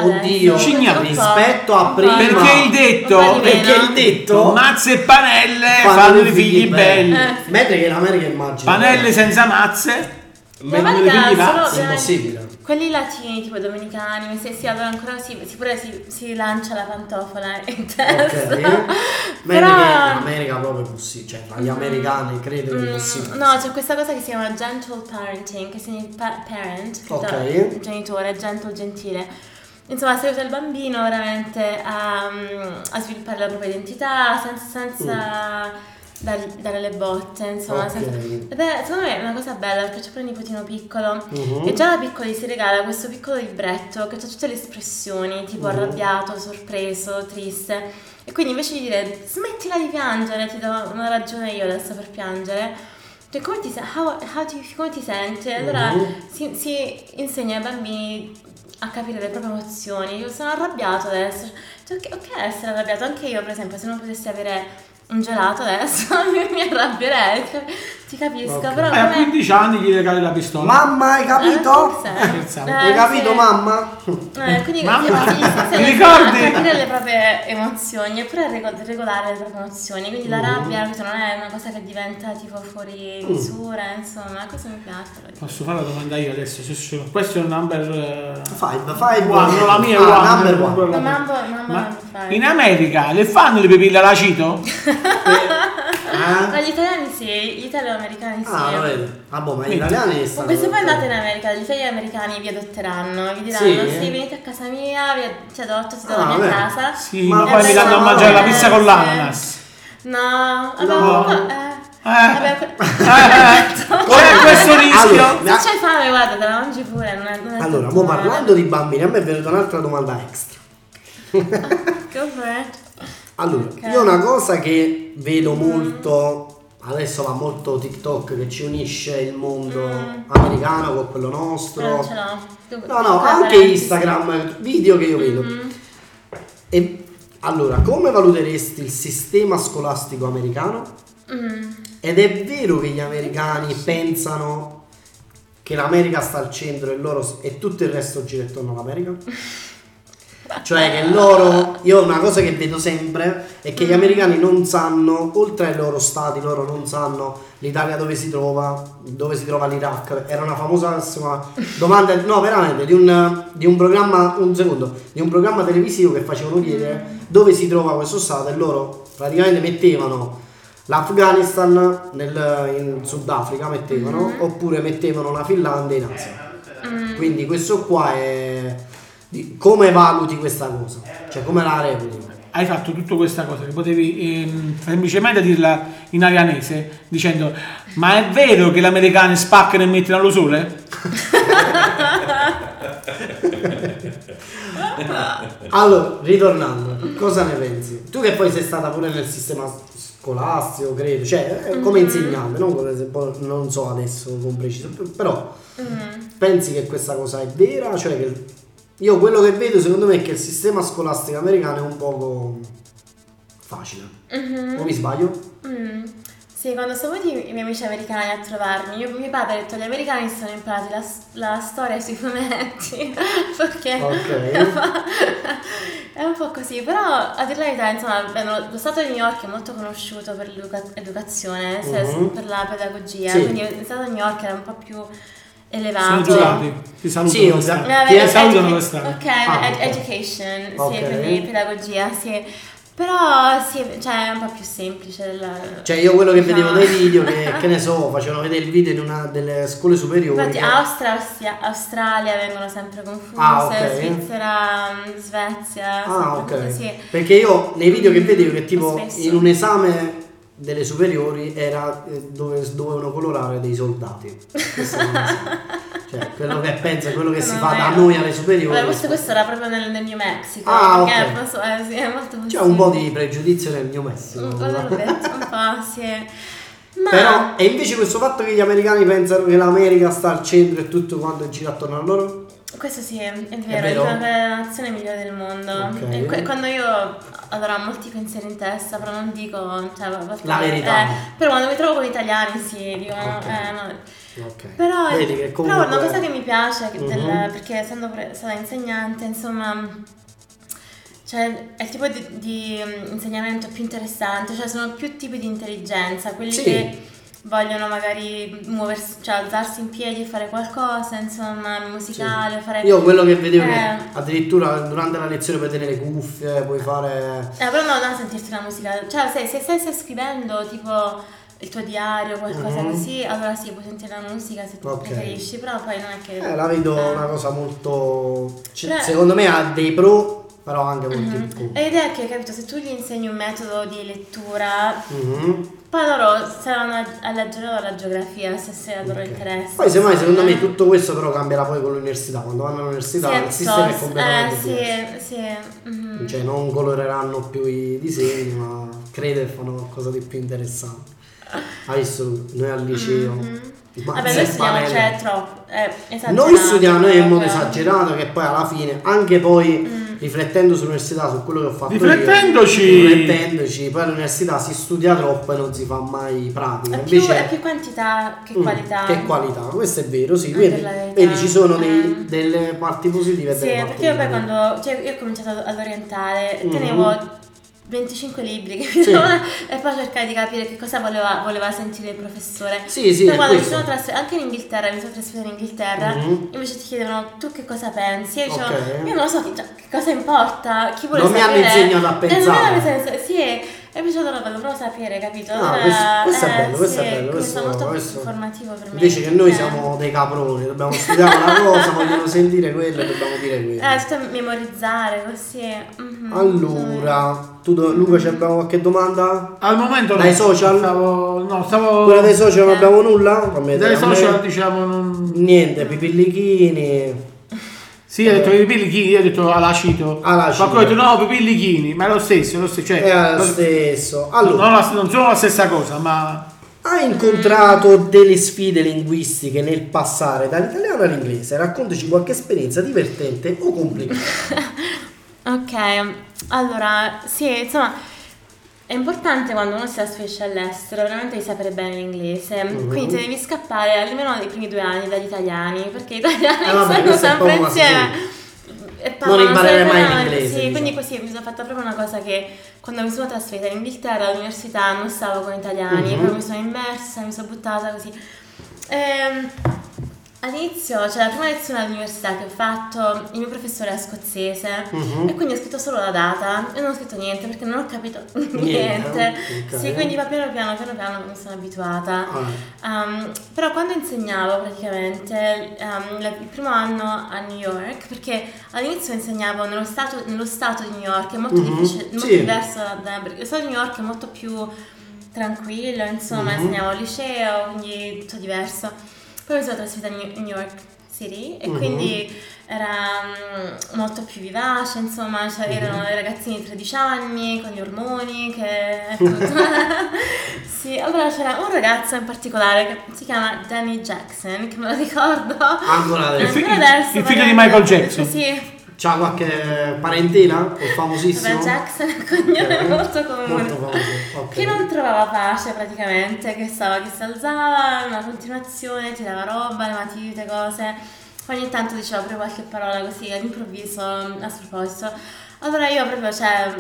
Speaker 1: Oddio,
Speaker 3: Adesso,
Speaker 2: Cignano.
Speaker 3: un po',
Speaker 1: rispetto a
Speaker 3: un po'.
Speaker 1: prima-
Speaker 2: Perché il
Speaker 3: Un po'
Speaker 2: detto,
Speaker 3: di
Speaker 1: perché
Speaker 3: meno.
Speaker 1: il detto
Speaker 2: mazze e panelle
Speaker 1: fanno
Speaker 2: Eh, fanno
Speaker 1: i
Speaker 2: i figli belli.
Speaker 1: Eh.
Speaker 3: belli.
Speaker 1: mentre che in America immagino
Speaker 2: Panelle senza mazze
Speaker 3: Ma
Speaker 2: vengono i
Speaker 3: guarda,
Speaker 2: figli
Speaker 3: solo-
Speaker 2: pazzi.
Speaker 1: è impossibile
Speaker 3: Quelli latini, tipo domenicani, se si adorano ancora, si, si pure si, si lancia la pantofola in testa.
Speaker 1: ok mentre
Speaker 3: Eh, Però-
Speaker 1: che in America proprio è possibile cioè tra gli americani credo che è
Speaker 3: Mm,
Speaker 1: possibile
Speaker 3: No, c'è questa cosa che si chiama gentle parenting, che significa pa- parent, che
Speaker 1: Ok.
Speaker 3: da- genitore, gentle, gentile. Insomma, si aiuta il bambino veramente a, a sviluppare la propria identità senza, senza dar- dare le botte, insomma.
Speaker 1: Mm. Ok.
Speaker 3: senza- Ed è, secondo me è una cosa bella perché c'è pure il nipotino piccolo
Speaker 1: Mhm.
Speaker 3: e già da piccoli si regala questo piccolo libretto che ha tutte le espressioni, tipo
Speaker 1: Mhm.
Speaker 3: arrabbiato, sorpreso, triste. E quindi invece di dire smettila di piangere, ti do una ragione io adesso per piangere. Cioè, come ti, se- how- how do you- come ti senti? Allora
Speaker 1: Mhm.
Speaker 3: si, si insegna ai bambini a capire le proprie emozioni. Io sono arrabbiato adesso. Cioè, ok, ok essere arrabbiato. Anche io, per esempio, se non potessi avere un gelato adesso mi, mi arrabbierei. Cioè, Ti capisco,
Speaker 1: Ok.
Speaker 3: però
Speaker 2: E Eh, a
Speaker 3: come...
Speaker 2: 15 anni gli regali la pistola.
Speaker 1: mamma hai capito?
Speaker 3: Eh,
Speaker 2: Scherzavo.
Speaker 1: hai
Speaker 3: eh,
Speaker 1: capito
Speaker 3: sì.
Speaker 1: mamma?
Speaker 3: Eh, quindi
Speaker 2: Mamma,
Speaker 3: si- si- si- si-
Speaker 2: mi ricordi?
Speaker 3: a capire le proprie emozioni oppure a rego- regolare le proprie emozioni quindi
Speaker 1: Mm.
Speaker 3: la rabbia capito, non è una cosa che diventa tipo fuori misura insomma questo mi piace però.
Speaker 2: Posso fare la domanda io adesso? Se sono- Questo è un number. eh,
Speaker 1: Five, five,
Speaker 2: one, no, la mia è
Speaker 1: ah,
Speaker 2: one,
Speaker 1: number one.
Speaker 2: number
Speaker 3: ma
Speaker 2: one.
Speaker 3: mamma mamma
Speaker 2: Ma
Speaker 3: non fa
Speaker 2: in America le fanno le pepille all'acito?
Speaker 1: Eh, Ah?
Speaker 3: Ma gli italiani sì, gli italo-americani sì.
Speaker 1: Ah, vabbè. Ah, boh, ma gli italiani stanno...
Speaker 3: Comunque se voi andate in America, gli italiani americani vi adotteranno, vi diranno
Speaker 1: Sì?
Speaker 3: sì, venite a casa mia, vi- ti adotto, ti do
Speaker 1: Ah,
Speaker 3: la mia
Speaker 1: beh.
Speaker 3: casa.
Speaker 2: Sì,
Speaker 1: Ma
Speaker 2: ma,
Speaker 1: la
Speaker 2: poi mi
Speaker 1: pizza
Speaker 2: danno a
Speaker 1: con
Speaker 2: mangiare la
Speaker 1: l'ananas,
Speaker 2: pizza con
Speaker 3: sì.
Speaker 2: l'ananas.
Speaker 3: No, vabbè,
Speaker 1: No.
Speaker 3: comunque, eh,
Speaker 2: Eh.
Speaker 3: vabbè, que-
Speaker 2: Eh, C'è questo rischio.
Speaker 1: Allora,
Speaker 3: se c'hai fame guarda, te la mangi pure, non è, non è
Speaker 1: Allora,
Speaker 3: tutto
Speaker 1: mo
Speaker 3: male.
Speaker 1: parlando di bambini, a me è venuta un'altra domanda extra.
Speaker 3: Go for it.
Speaker 1: Allora,
Speaker 3: Ok.
Speaker 1: io una cosa che vedo molto, adesso va molto TikTok che ci unisce il mondo
Speaker 3: Mm.
Speaker 1: americano con quello
Speaker 3: Non
Speaker 1: nostro.
Speaker 3: ce l'ho. Tu-
Speaker 1: No, no,
Speaker 3: Ah,
Speaker 1: anche
Speaker 3: beh,
Speaker 1: Instagram, video che io vedo.
Speaker 3: Mhm.
Speaker 1: E allora, come valuteresti il sistema scolastico americano?
Speaker 3: Mm.
Speaker 1: Ed è vero che gli americani pensano che l'America sta al centro e, loro, e tutto il resto gira attorno all'America? Cioè che loro, io una cosa che vedo sempre è che gli americani non sanno, oltre ai loro stati, loro non sanno l'Italia dove si trova, dove si trova l'Iraq. Era una famosissima domanda, no veramente, di un, di un programma, un secondo, di un programma televisivo che facevano chiedere dove si trova questo stato e loro praticamente mettevano l'Afghanistan nel, in Sudafrica, mettevano, oppure mettevano la Finlandia in Asia. Quindi questo qua è di- come valuti questa cosa? Cioè come la reputi?
Speaker 2: Hai fatto tutta questa cosa che potevi ehm, semplicemente dirla in arianese dicendo ma è vero che gli americani spaccano e mettono allo sole?
Speaker 1: Allora, ritornando, cosa ne pensi? Tu che poi sei stata pure nel sistema scolastico, credo, cioè eh, come insegnante, non, come se- poi non so adesso con precisione, però
Speaker 3: Mm,
Speaker 1: pensi che questa cosa è vera? Cioè che io quello che vedo secondo me è che il sistema scolastico americano è un poco facile. O mi sbaglio?
Speaker 3: Mm. Sì, quando sono venuti i miei amici americani a trovarmi, io- mio padre ha detto gli americani si sono imparati la, la storia sui fumetti, perché
Speaker 1: Ok.
Speaker 3: è un po' così, però a dire la verità, insomma, beh, lo- lo Stato di New York è molto conosciuto per l'educazione,
Speaker 1: Mhm.
Speaker 3: per la pedagogia,
Speaker 1: Sì.
Speaker 3: quindi lo Stato di New York era un po' più
Speaker 2: Sono
Speaker 3: elevato.
Speaker 2: giurati, ti saluto.
Speaker 1: Sì,
Speaker 2: con
Speaker 1: ovvia-
Speaker 2: questa-
Speaker 3: Eh,
Speaker 1: Ti
Speaker 3: vabbè,
Speaker 2: salutano
Speaker 3: edu-
Speaker 2: per strada.
Speaker 3: Ok,
Speaker 1: Ah,
Speaker 3: ed-
Speaker 1: ok.
Speaker 3: education,
Speaker 1: Ok.
Speaker 3: sì, quindi pedagogia, sì. Però sì, cioè è un po' più semplice. il-
Speaker 1: Cioè io quello che vedevo
Speaker 3: diciamo.
Speaker 1: dai video che, che ne so, facevano vedere il video in una delle scuole superiori.
Speaker 3: Infatti ah,
Speaker 1: che-
Speaker 3: Austria, Austria- Australia vengono sempre confuse,
Speaker 1: Ah, ok.
Speaker 3: Svizzera, mm, Svezia,
Speaker 1: Ah,
Speaker 3: sempre
Speaker 1: ok.
Speaker 3: così.
Speaker 1: Perché io nei video che vedevo che tipo
Speaker 3: Spesso.
Speaker 1: in un esame delle superiori era eh, dove dovevano colorare dei soldati. Questo non lo so. Cioè, quello che penso è quello che si
Speaker 3: No,
Speaker 1: fa da
Speaker 3: eh.
Speaker 1: noi alle superiori.
Speaker 3: Vabbè, questo, questo era proprio nel, nel New Mexico,
Speaker 1: Ah,
Speaker 3: perché
Speaker 1: ok.
Speaker 3: non so, eh, sì, è molto
Speaker 1: C'è un po' di pregiudizio nel mio Messico.
Speaker 3: possibile. Un po' l'ho detto, un po', sì. Ma
Speaker 1: Però, e invece questo fatto che gli americani pensano che l'America sta al centro e tutto quanto gira attorno a loro?
Speaker 3: Questo sì, è vero,
Speaker 1: vero?
Speaker 3: dicono che è la nazione migliore del mondo.
Speaker 1: Ok.
Speaker 3: E que- quando io allora ho molti pensieri in testa, però non dico. Cioè, a volte-
Speaker 1: La verità.
Speaker 3: eh, però quando mi trovo con gli italiani sì, dico.
Speaker 1: Ok.
Speaker 3: Eh, no.
Speaker 1: Ok.
Speaker 3: Però,
Speaker 1: Vedi che
Speaker 3: però
Speaker 1: comunque-
Speaker 3: una cosa che mi piace, che del-
Speaker 1: Mhm.
Speaker 3: perché essendo pre- stata insegnante, insomma, cioè, è il tipo di, di, mm, insegnamento più interessante, cioè sono più tipi di intelligenza, quelli
Speaker 1: Sì.
Speaker 3: che vogliono magari muoversi, cioè alzarsi in piedi e fare qualcosa, insomma, musicale, fare...
Speaker 1: Io quello che vedevo che
Speaker 3: Eh.
Speaker 1: addirittura durante la lezione puoi tenere le cuffie, puoi fare...
Speaker 3: Eh, però no, non sentirti la musica, cioè se, se- se stai scrivendo tipo il tuo diario, qualcosa
Speaker 1: Mhm.
Speaker 3: così, allora sì, puoi sentire la musica se tu
Speaker 1: Ok.
Speaker 3: preferisci, però poi non è che...
Speaker 1: Eh, la vedo
Speaker 3: Eh. Cioè-
Speaker 1: una cosa molto... c-
Speaker 3: Beh.
Speaker 1: Secondo me ha dei pro, però anche molti
Speaker 3: Mhm.
Speaker 1: contro.
Speaker 3: E l'idea è che, capito, se tu gli insegni un metodo di lettura,
Speaker 1: Mhm.
Speaker 3: poi loro saranno a- a leggere la geografia se, se a loro
Speaker 1: Ok.
Speaker 3: interessa.
Speaker 1: Poi semmai secondo me
Speaker 3: Eh.
Speaker 1: tutto questo però cambierà poi con l'università, quando vanno
Speaker 3: Sì,
Speaker 1: all'università il
Speaker 3: è
Speaker 1: sistema è
Speaker 3: sos-
Speaker 1: completamente diverso.
Speaker 3: Eh, sì, sì. mhm.
Speaker 1: Cioè non coloreranno più i disegni, ma credo che fanno qualcosa di più interessante. Hai visto noi al liceo?
Speaker 3: Mhm.
Speaker 1: ma
Speaker 3: Vabbè, noi
Speaker 1: se
Speaker 3: studiamo,
Speaker 1: banale.
Speaker 3: cioè, troppo. eh, esagerato,
Speaker 1: Noi studiamo noi in modo
Speaker 3: proprio.
Speaker 1: esagerato che poi alla fine, anche poi
Speaker 3: Mm.
Speaker 1: riflettendo sull'università, su quello che ho fatto
Speaker 2: Riflettendoci!
Speaker 1: io, riflettendoci, poi all'università si studia troppo e non si fa mai pratica.
Speaker 3: È più,
Speaker 1: Invece-
Speaker 3: è più quantità che
Speaker 1: Mm,
Speaker 3: qualità.
Speaker 1: Che qualità, questo è vero, sì.
Speaker 3: Ah,
Speaker 1: Vedi,
Speaker 3: per la verità.
Speaker 1: vedi, ci sono dei-
Speaker 3: Mm.
Speaker 1: delle parti positive e
Speaker 3: Sì,
Speaker 1: delle parti
Speaker 3: perché io poi
Speaker 1: negative.
Speaker 3: quando cioè, io ho cominciato ad orientare,
Speaker 1: Mhm.
Speaker 3: tenevo 25 libri che mi
Speaker 1: Sì.
Speaker 3: davano e poi cercare di capire che cosa voleva, voleva sentire il professore.
Speaker 1: Sì, sì,
Speaker 3: Poi
Speaker 1: è
Speaker 3: quando mi
Speaker 1: questo.
Speaker 3: sono trasferita anche in Inghilterra, mi sono trasferita in Inghilterra,
Speaker 1: Mhm.
Speaker 3: invece ti chiedevano tu che cosa pensi, e io dicevo
Speaker 1: Ok.
Speaker 3: io non lo so che, cioè, che cosa importa, chi vuole
Speaker 1: Non mi hanno
Speaker 3: sapere?"
Speaker 1: insegnato a
Speaker 3: Eh, non mi hanno
Speaker 1: pensare.
Speaker 3: insegnato- sì, e E invece loro volevano sapere, capito?
Speaker 1: Ah,
Speaker 3: Era-
Speaker 1: questo- questo è
Speaker 3: eh,
Speaker 1: bello, questo è
Speaker 3: sì,
Speaker 1: bello,
Speaker 3: quindi
Speaker 1: questo-
Speaker 3: è molto più
Speaker 1: questo-
Speaker 3: informativo per me.
Speaker 1: Invece che noi
Speaker 3: Eh.
Speaker 1: siamo dei caproni, dobbiamo studiare una cosa, vogliono sentire quello e dobbiamo dire quello.
Speaker 3: Eh, tutto a memorizzare così. mhm.
Speaker 1: Allora, tu, do- Luca, ci abbiamo qualche domanda?
Speaker 2: Al momento no.
Speaker 1: Dai social?
Speaker 2: Stavo, no, stavo...
Speaker 1: Quella dei social
Speaker 3: Eh.
Speaker 1: non abbiamo nulla? Vabbè,
Speaker 2: dai
Speaker 1: a me-
Speaker 2: social, diciamo, non...
Speaker 1: Niente, pipillichini.
Speaker 2: Sì, ha detto i pipillichini, io ho detto all'acito.
Speaker 1: All'acito.
Speaker 2: Qualcuno ha detto no, pipillichini, ma è lo stesso, è lo stesso. Cioè,
Speaker 1: È lo
Speaker 2: lo-
Speaker 1: stesso.
Speaker 2: non,
Speaker 1: Allora,
Speaker 2: la- non sono la stessa cosa, ma...
Speaker 1: hai incontrato delle sfide linguistiche nel passare dall'italiano all'inglese? Raccontaci qualche esperienza divertente o complicata.
Speaker 3: Ok, allora, sì, insomma, è importante quando uno si trasferisce all'estero veramente di sapere bene l'inglese,
Speaker 1: Mhm.
Speaker 3: quindi devi scappare almeno nei primi due anni dagli italiani, perché gli italiani
Speaker 1: Eh, vabbè,
Speaker 3: stanno
Speaker 1: questo è
Speaker 3: sempre
Speaker 1: poco, ma
Speaker 3: insieme. E parlano
Speaker 1: imparare
Speaker 3: sempre
Speaker 1: mai
Speaker 3: male.
Speaker 1: l'inglese,
Speaker 3: Sì,
Speaker 1: diciamo.
Speaker 3: quindi così mi sono fatta proprio una cosa che quando mi sono trasferita in Inghilterra all'università non stavo con italiani,
Speaker 1: Mhm.
Speaker 3: poi mi sono immersa, mi sono buttata così. Ehm, all'inizio, cioè la prima lezione all'università che ho fatto, il mio professore è scozzese. E
Speaker 1: Mhm.
Speaker 3: quindi ho scritto solo la data e non ho scritto niente perché non ho capito niente.
Speaker 1: ok.
Speaker 3: Sì, quindi va piano piano, piano piano mi sono abituata.
Speaker 1: Allora,
Speaker 3: Ehm, però quando insegnavo praticamente ehm, la- il primo anno a New York, perché all'inizio insegnavo nello stato, nello stato di New York, è molto,
Speaker 1: Mhm,
Speaker 3: difficile, molto
Speaker 1: sì.
Speaker 3: diverso da perché lo stato di New York è molto più tranquillo, insomma,
Speaker 1: Mhm.
Speaker 3: insegnavo al liceo, quindi tutto diverso. Poi mi sono trasferita a New in New York City e
Speaker 1: Mhm.
Speaker 3: quindi era mm, molto più vivace, insomma,
Speaker 1: Mhm.
Speaker 3: c'erano i ragazzini di 13 anni con gli ormoni che tutto. sì, allora c'era un ragazzo in particolare che si chiama Danny Jackson, che me lo ricordo.
Speaker 1: ancora
Speaker 2: Ah, Il
Speaker 1: adesso.
Speaker 2: fi-
Speaker 3: Ancora adesso,
Speaker 2: il figlio
Speaker 3: magari.
Speaker 2: di Michael Jackson.
Speaker 3: Sì,
Speaker 1: eh. C'ha qualche parentela? È famosissimo?
Speaker 3: Michael Jackson è un cognome
Speaker 1: Ok.
Speaker 3: molto comune.
Speaker 1: Molto famoso. ok.
Speaker 3: Che non trovava pace praticamente, che stava che si alzava, una continuazione, tirava roba, le matite, cose. Ogni tanto diceva pure qualche parola così all'improvviso, a sproposito. Allora io proprio, cioè,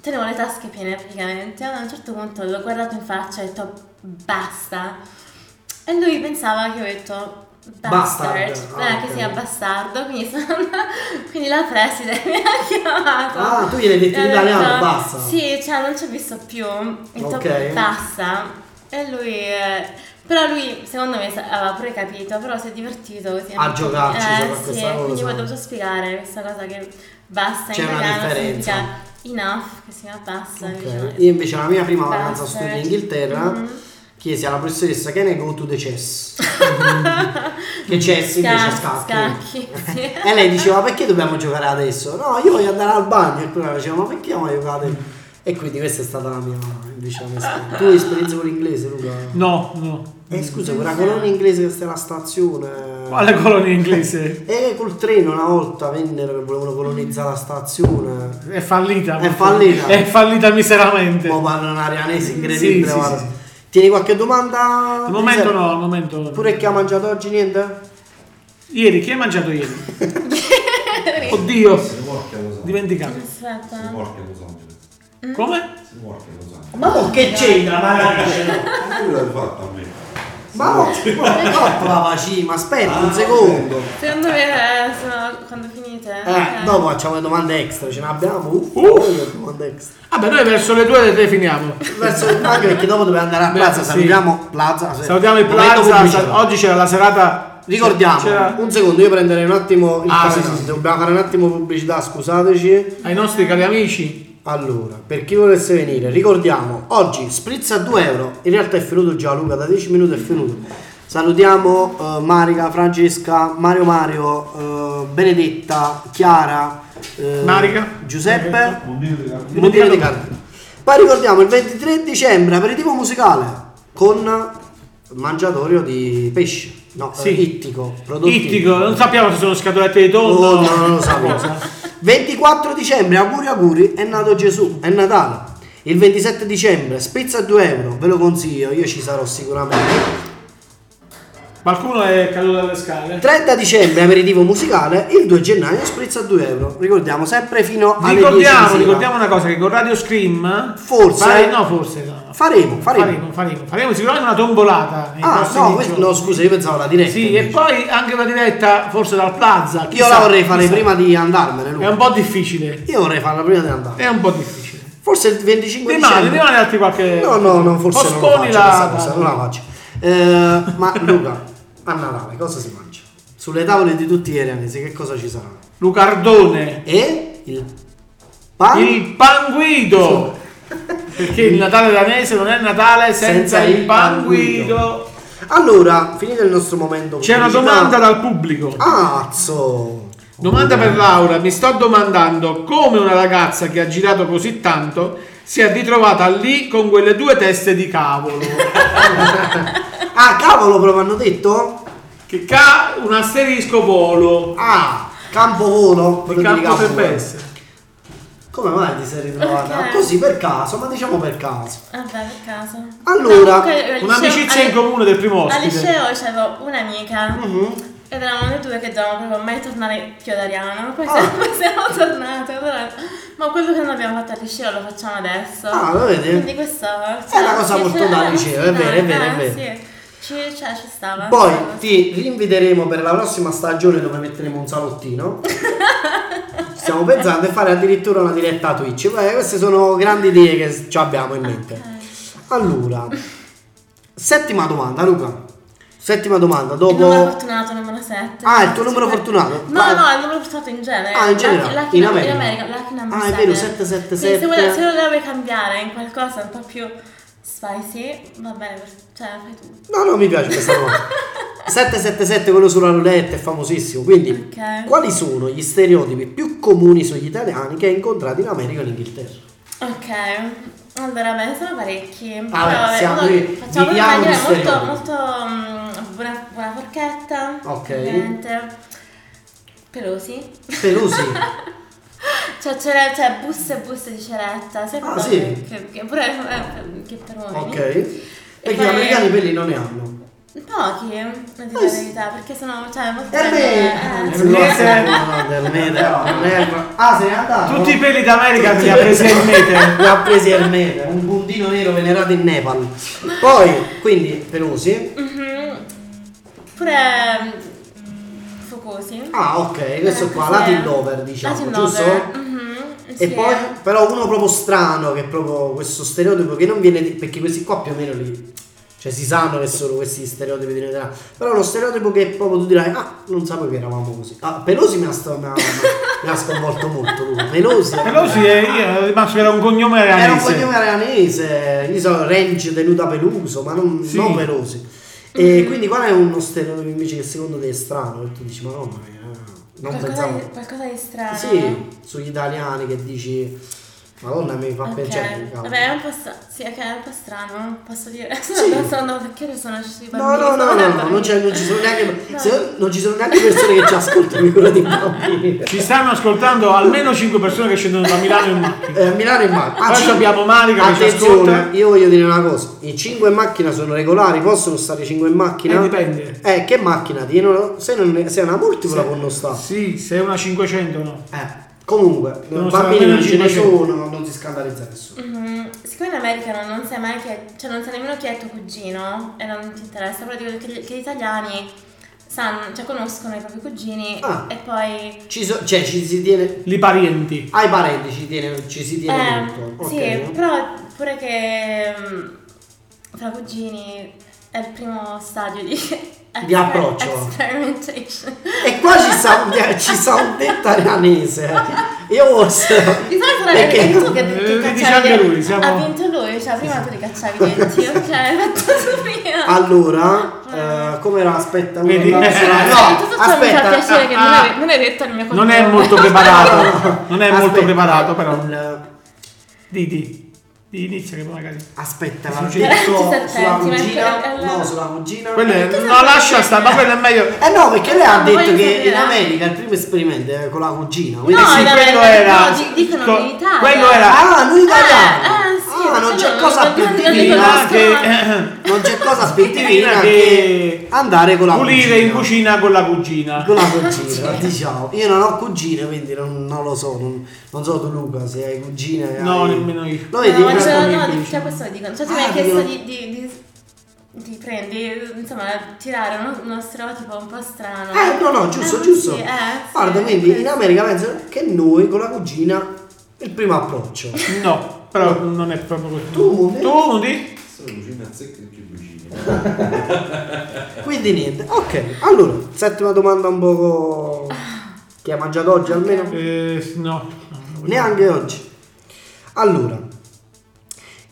Speaker 3: tenevo le tasche piene praticamente. Allora, a un certo punto l'ho guardato in faccia e ho detto basta. E lui pensava che io ho detto bastard,
Speaker 1: Bastard, ah,
Speaker 3: eh,
Speaker 1: ok.
Speaker 3: che sia bastardo, quindi, sono andata- quindi la preside mi ha chiamato.
Speaker 1: Ah, tu gliel'hai detto in
Speaker 3: E ho detto,
Speaker 1: italiano, basta.
Speaker 3: Eh, Sì, cioè non ci ho visto più. E ho detto,
Speaker 1: Ok.
Speaker 3: basta. E lui. eh, Però lui secondo me sa- aveva pure capito, però si è divertito così.
Speaker 1: A giocarci sopra
Speaker 3: Eh, sì,
Speaker 1: questa cosa.
Speaker 3: quindi poi ho dovuto spiegare questa cosa che basta
Speaker 1: C'è
Speaker 3: in
Speaker 1: una
Speaker 3: italiano
Speaker 1: differenza.
Speaker 3: significa enough, che si chiama basta. invece no,
Speaker 1: Ok.
Speaker 3: è
Speaker 1: Io invece la mia prima vacanza a
Speaker 3: basta.
Speaker 1: studio in Inghilterra
Speaker 3: Mhm.
Speaker 1: chiesi alla professoressa che ne go to the chess. che chess invece scacchi.
Speaker 3: Scacchi, sì.
Speaker 1: E lei diceva perché dobbiamo giocare adesso? No, io voglio andare al bagno. E poi diceva ma perché non giocate? E quindi questa è stata la mia invece la mia esperienza. Tu hai esperienza con l'inglese, Luca?
Speaker 2: No, no.
Speaker 1: Eh scusa, quella colonia inglese che sta alla stazione.
Speaker 2: Alla colonia inglese.
Speaker 1: E col treno una volta vennero che volevano colonizzare la stazione.
Speaker 2: È fallita.
Speaker 1: È fallita.
Speaker 2: È fallita miseramente.
Speaker 1: Poi parlano un arianese incredibile.
Speaker 2: Sì, sì,
Speaker 1: guarda.
Speaker 2: sì, sì.
Speaker 1: Tieni qualche domanda?
Speaker 2: Al momento no, al momento no.
Speaker 1: Pure chi ha mangiato oggi niente?
Speaker 2: Ieri, chi ha mangiato ieri? Oddio,
Speaker 4: Si muorchia a Los Angeles.
Speaker 2: dimenticato.
Speaker 4: Si
Speaker 3: Aspetta.
Speaker 4: muorchia a Los Angeles.
Speaker 2: Come?
Speaker 4: Si muorchia a Los Angeles.
Speaker 1: Ma mo che c'entra? Ma no,
Speaker 4: Ma lui l'ha fatto a me.
Speaker 1: ma no, no, la faci, ma aspetta un
Speaker 4: Ah,
Speaker 1: secondo.
Speaker 4: ok.
Speaker 3: Secondo me eh, sono- quando finite.
Speaker 1: Eh,
Speaker 3: ok.
Speaker 1: dopo facciamo le domande extra, ce ne abbiamo? Uh, le domande extra.
Speaker 2: Vabbè, noi verso le due le tre finiamo.
Speaker 1: Verso il bagno perché dopo dobbiamo andare a
Speaker 2: Beh,
Speaker 1: Plaza,
Speaker 2: sì.
Speaker 1: salutiamo Plaza. se-
Speaker 2: Salutiamo il
Speaker 1: momento
Speaker 2: Plaza.
Speaker 1: pubblicità.
Speaker 2: sa- Oggi c'era la serata.
Speaker 1: Ricordiamo,
Speaker 2: c'era-
Speaker 1: un secondo, io prenderei un attimo il
Speaker 2: Ah,
Speaker 1: calendario.
Speaker 2: sì, sì, sì.
Speaker 1: dobbiamo fare un attimo pubblicità, scusateci.
Speaker 2: ai nostri cari amici.
Speaker 1: Allora, per chi volesse venire, ricordiamo, oggi spritz a 2 euro, in realtà è finito già Luca, da 10 minuti è finito. Salutiamo eh, Marica, Francesca, Mario Mario, eh, Benedetta, Chiara, eh,
Speaker 2: Marica.
Speaker 1: Giuseppe,
Speaker 4: Un dito di cartone.
Speaker 1: Montino di Carta. Poi ricordiamo il 23 dicembre, aperitivo musicale con mangiatorio di pesce, no,
Speaker 2: Sì.
Speaker 1: eh, ittico, prodotto
Speaker 2: Ittico, non sappiamo se sono scatolette di tonno.
Speaker 1: Oh, no, non lo sapevo. 24 dicembre, auguri auguri, è nato Gesù, è Natale. Il 27 dicembre, spezza a 2 euro, ve lo consiglio, io ci sarò sicuramente.
Speaker 2: Qualcuno è caduto dalle scale.
Speaker 1: 30 dicembre, aperitivo musicale, il 2 gennaio, spezza a 2 euro. Ricordiamo, sempre fino alle 10 di
Speaker 2: Ricordiamo,
Speaker 1: sera.
Speaker 2: ricordiamo una cosa che con Radio Scream
Speaker 1: Forse-
Speaker 2: Fare- no, forse no.
Speaker 1: Faremo, faremo.
Speaker 2: faremo, faremo, faremo sicuramente una tombolata. nei
Speaker 1: Ah,
Speaker 2: prossimi
Speaker 1: no, questo-
Speaker 2: giorni.
Speaker 1: no, scusa, io pensavo alla diretta.
Speaker 2: Sì, e
Speaker 1: invece.
Speaker 2: poi anche una diretta forse dal Plaza.
Speaker 1: Io
Speaker 2: chissà,
Speaker 1: la vorrei fare
Speaker 2: chissà.
Speaker 1: prima di andarmene, Luca.
Speaker 2: È un po' difficile.
Speaker 1: Io vorrei farla prima di andare.
Speaker 2: È un po' difficile.
Speaker 1: Forse il 25
Speaker 2: Rimane,
Speaker 1: dicembre.
Speaker 2: rimane altri qualche.
Speaker 1: No, no, no, forse non lo
Speaker 2: Postponi
Speaker 1: faccio. questa
Speaker 2: la.
Speaker 1: cosa, non la faccio. Eh, ma Luca, a Natale cosa si mangia? Sulle tavole di tutti gli arianesi che cosa ci sarà?
Speaker 2: Lucardone.
Speaker 1: E il pan
Speaker 2: Il panguido. Perché il Natale danese non è Natale senza,
Speaker 1: Senza
Speaker 2: il
Speaker 1: il
Speaker 2: panguido.
Speaker 1: Allora, finito il nostro momento.
Speaker 2: C'è una
Speaker 1: pubblicità.
Speaker 2: domanda dal pubblico.
Speaker 1: Azzo!
Speaker 2: Domanda per Laura, mi sto domandando come una ragazza che ha girato così tanto si è ritrovata lì con quelle due teste di cavolo.
Speaker 1: Ah, cavolo, però mi hanno detto?
Speaker 2: che ca un asterisco volo.
Speaker 1: Ah, campo volo.
Speaker 2: Il campo per PS.
Speaker 1: Come mai ti sei ritrovata?
Speaker 3: Perché?
Speaker 1: Così per caso, ma diciamo per caso.
Speaker 3: Vabbè, per caso.
Speaker 1: Allora,
Speaker 3: No, comunque, al
Speaker 2: Un'amicizia
Speaker 3: liceo-
Speaker 2: in comune del primo
Speaker 3: Al
Speaker 2: ospite.
Speaker 3: liceo c'avevo un'amica
Speaker 1: Mhm.
Speaker 3: ed eravamo noi due che dovevamo proprio mai tornare più ad Ariano, poi,
Speaker 1: Ah.
Speaker 3: siamo, poi siamo tornate, allora- ma quello che non abbiamo fatto al liceo lo facciamo adesso.
Speaker 1: Ah, lo vedi?
Speaker 3: Quindi questa
Speaker 1: È una cosa molto da liceo, è vero, è vero, è vero.
Speaker 3: Ci, cioè, ci stava.
Speaker 1: Poi
Speaker 3: stava.
Speaker 1: ti rinviteremo per la prossima stagione dove metteremo un salottino. Stiamo pensando di fare addirittura una diretta a Twitch. Beh, queste sono grandi idee che ci abbiamo in mente. Allora, settima domanda, Luca. Settima domanda,
Speaker 3: Il numero
Speaker 1: dopo...
Speaker 3: fortunato, numero 7.
Speaker 1: Ah, il tuo numero fortunato?
Speaker 3: No,
Speaker 1: Vai.
Speaker 3: no, il numero fortunato in genere.
Speaker 1: Ah, in genere,
Speaker 3: Lucky-
Speaker 1: in
Speaker 3: Lucky
Speaker 1: America.
Speaker 3: Lucky number
Speaker 1: Ah, è
Speaker 3: seven.
Speaker 1: vero, 777.
Speaker 3: Quindi Se, vuole- se lo deve cambiare in qualcosa un po' più spicy, va bene, cioè fai tu.
Speaker 1: No, no, mi piace questa domanda. 777 quello sulla roulette è famosissimo, quindi
Speaker 3: Ok.
Speaker 1: quali sono gli stereotipi più comuni sugli italiani che hai incontrato in America e in Inghilterra?
Speaker 3: Ok, allora beh, sono parecchi.
Speaker 1: Ah, beh,
Speaker 3: Però,
Speaker 1: siamo
Speaker 3: no,
Speaker 1: lì,
Speaker 3: facciamo in
Speaker 1: viviamo di
Speaker 3: maniera molto,
Speaker 1: stereotipi.
Speaker 3: molto mm, buona, buona forchetta.
Speaker 1: Ok.
Speaker 3: ovviamente. Pelosi.
Speaker 1: Pelusi.
Speaker 3: Cioè, c'era, cioè, buste e buste di ceretta. Sai
Speaker 1: Ah,
Speaker 3: cose
Speaker 1: sì?
Speaker 3: Che, che pure eh, che per uomini.
Speaker 1: ok. Perché gli
Speaker 3: poi-
Speaker 1: americani quelli non ne hanno.
Speaker 3: Pochi, a dire
Speaker 1: Eh,
Speaker 3: la
Speaker 1: sì.
Speaker 3: verità, perché sono, cioè, molte
Speaker 1: E me!
Speaker 3: eh,
Speaker 2: sì.
Speaker 1: Svedese, no, del mete, non è- Ah, se n'è andato?
Speaker 2: Tutti i peli d'America
Speaker 1: eh, Tutti
Speaker 2: li ha
Speaker 1: i-
Speaker 2: presi il mete.
Speaker 1: Li ha presi il mete, un puntino nero venerato in Nepal. Poi, quindi, Pelusi.
Speaker 3: mhm. Pure mm, focosi.
Speaker 1: Ah, ok, questo qua, Latin Dover, diciamo, giusto?
Speaker 3: mm. mm-hmm, Eh,
Speaker 1: E poi, però uno proprio strano, che è proprio questo stereotipo che non viene, perché questi qua più o meno li, cioè si sanno che sono questi stereotipi di veterano, però uno stereotipo che proprio tu dirai, ah, non sapevo che eravamo così. Ah, Pelosi mi ha, sto- mi ha- mi ha sconvolto molto, lui. Pelosi.
Speaker 2: Pelosi è, eh, io ero rimasto che era un cognome
Speaker 1: Era un
Speaker 2: reale.
Speaker 1: cognome aranese, io so, Range tenuta peluso, ma non,
Speaker 2: Sì.
Speaker 1: non pelosi. E quindi qual è uno stereotipo invece che secondo te è strano? E tu dici, ma no, ma è- non
Speaker 3: qualcosa,
Speaker 1: pensavo...
Speaker 3: di, qualcosa di strano.
Speaker 1: Sì, sugli italiani che dici Madonna mi fa
Speaker 3: Ok,
Speaker 1: piacere. cavolo."
Speaker 3: vabbè, è un po', stra- sì, ok, è un po' strano, posso dire.
Speaker 1: Sì.
Speaker 3: Non so, no, perché sono usciti i
Speaker 1: No,
Speaker 3: bambini.
Speaker 1: no, no,
Speaker 3: sono
Speaker 1: no,
Speaker 3: dei
Speaker 1: no,
Speaker 3: bambini.
Speaker 1: non, c'è- non ci sono neanche
Speaker 3: No.
Speaker 1: se- non ci sono neanche persone che ci ascoltano figurati i bambini.
Speaker 2: Ci stanno ascoltando almeno 5 persone che scendono da Milano in macchina.
Speaker 1: Eh, a Milano in macchina.
Speaker 2: Poi
Speaker 1: Anzi,
Speaker 2: abbiamo Marica che ci
Speaker 1: Attenzione,
Speaker 2: ascolta.
Speaker 1: io voglio dire una cosa. I 5 in macchina sono regolari, possono stare 5 in macchina?
Speaker 2: Eh, dipende.
Speaker 1: Eh, che macchina? Di- non- Se, non è, se è una multipla può non stare.
Speaker 2: Sì, se è una 500 no.
Speaker 1: Eh, comunque,
Speaker 2: Devono stare
Speaker 1: bambini non
Speaker 2: almeno
Speaker 1: ce ne
Speaker 2: 500.
Speaker 1: sono, non si scandalizza nessuno.
Speaker 3: Mhm. Siccome in America non, non sai mai chi è, cioè non sai nemmeno chi è tuo cugino e non ti interessa, però dico che gli, che gli italiani sanno, cioè conoscono i propri cugini
Speaker 1: Ah.
Speaker 3: e poi...
Speaker 1: Ci so- cioè, ci si tiene
Speaker 2: Li parienti.
Speaker 1: Ai parenti ci, tiene, ci si tiene
Speaker 3: Eh,
Speaker 1: molto.
Speaker 3: sì,
Speaker 1: ok.
Speaker 3: però pure che mm, fra cugini è il primo stadio di...
Speaker 1: Di approccio.
Speaker 3: Experimentation.
Speaker 1: E qua ci sta un, ci sta un detto aranese. Io forse.
Speaker 3: Di solito la
Speaker 1: Perché-
Speaker 3: è tu che,
Speaker 2: Eh,
Speaker 3: che
Speaker 2: lo dice
Speaker 3: cacciavi
Speaker 2: anche
Speaker 3: i
Speaker 2: lui, siamo-
Speaker 3: Ha vinto lui, cioè prima tu li cacciavi i denti, ok? Hai fatto prima.
Speaker 1: Allora, eh, come era? Aspetta, uno,
Speaker 2: Vedi?
Speaker 1: no,
Speaker 2: Eh,
Speaker 3: tutto
Speaker 1: Ah, no,
Speaker 3: ciò mi fa
Speaker 1: aspetta.
Speaker 3: piacere che non,
Speaker 2: ah,
Speaker 3: hai, non hai detto il mio
Speaker 2: Non
Speaker 3: cognome.
Speaker 2: è molto preparato. Non è molto
Speaker 1: ah, Aspetta.
Speaker 2: preparato però.
Speaker 1: Il-
Speaker 2: Didi. Di inizia che magari.
Speaker 1: Aspetta,
Speaker 2: Sì,
Speaker 1: l'ha
Speaker 2: sì.
Speaker 1: detto
Speaker 3: Sì, sì,
Speaker 1: sulla
Speaker 3: sì, ma è
Speaker 1: cugina.
Speaker 3: quella-
Speaker 1: No, sulla cugina.
Speaker 2: Quello è,
Speaker 3: Perché
Speaker 2: no,
Speaker 3: sono
Speaker 2: lascia
Speaker 3: così?
Speaker 2: stare, ma quello è meglio.
Speaker 1: Eh no, perché lei ha
Speaker 3: Non
Speaker 1: detto
Speaker 3: voglio
Speaker 1: che in
Speaker 3: sapere.
Speaker 1: America il primo esperimento è con la cugina.
Speaker 3: No,
Speaker 1: Quindi
Speaker 2: sì,
Speaker 3: in
Speaker 2: quello
Speaker 3: America-
Speaker 2: era.
Speaker 3: no, di- dicono
Speaker 2: co-
Speaker 3: in Italia.
Speaker 2: Quello era.
Speaker 1: Ah, lui italiano.
Speaker 3: Eh, eh, sì,
Speaker 1: ah, non c'è
Speaker 3: quello
Speaker 1: cosa
Speaker 3: non-
Speaker 1: più
Speaker 3: non- non
Speaker 1: divina
Speaker 2: Prima
Speaker 3: riconosco.
Speaker 1: che
Speaker 2: che eh,
Speaker 1: Non c'è cosa più divina
Speaker 2: Divina
Speaker 1: che
Speaker 2: che
Speaker 1: andare con la
Speaker 2: pulire in
Speaker 1: cugina.
Speaker 2: cucina con la cugina.
Speaker 1: Con la cugina, diciamo. Io non ho cugine, quindi non, non lo so. Non, non so tu Luca se hai cugine.
Speaker 2: No,
Speaker 1: hai-
Speaker 2: nemmeno io.
Speaker 1: Lo vedi?
Speaker 3: No, ma
Speaker 1: questo-
Speaker 3: cioè,
Speaker 2: mi
Speaker 3: no,
Speaker 2: piace.
Speaker 3: di- cioè, questo lo dicono. Cioè, tu
Speaker 1: Ah,
Speaker 3: mi hai chiesto
Speaker 1: dicono-
Speaker 3: di, di, di, di prendi, insomma, tirare uno, uno stereotipo un po' strano.
Speaker 1: Eh, no, no, giusto,
Speaker 3: Eh,
Speaker 1: giusto.
Speaker 3: sì, eh, sì,
Speaker 1: Guarda,
Speaker 3: eh,
Speaker 1: quindi
Speaker 3: sì.
Speaker 1: in America penso che noi con la cugina il primo approccio.
Speaker 2: No, però non è proprio così.
Speaker 1: Tu, eh?
Speaker 2: tu di?
Speaker 4: Sono vicino a zecche più vicino.
Speaker 1: Quindi niente. Ok, allora, settima domanda un poco... Chi ha mangiato oggi almeno?
Speaker 2: Eh, no.
Speaker 1: Neanche oggi. Allora,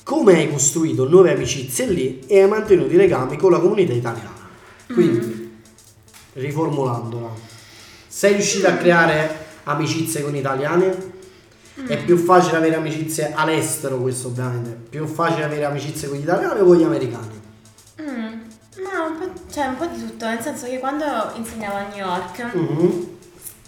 Speaker 1: come hai costruito nuove amicizie lì e hai mantenuto i legami con la comunità italiana?
Speaker 3: Mm.
Speaker 1: Quindi, riformulandola, sei riuscita a creare amicizie con italiani?
Speaker 3: Mm.
Speaker 1: È più facile avere amicizie all'estero, questo ovviamente. Più facile avere amicizie con gli italiani o con gli americani?
Speaker 3: Mm, ma un po', cioè, un po' di tutto, nel senso che quando insegnavo a New York,
Speaker 1: Mhm.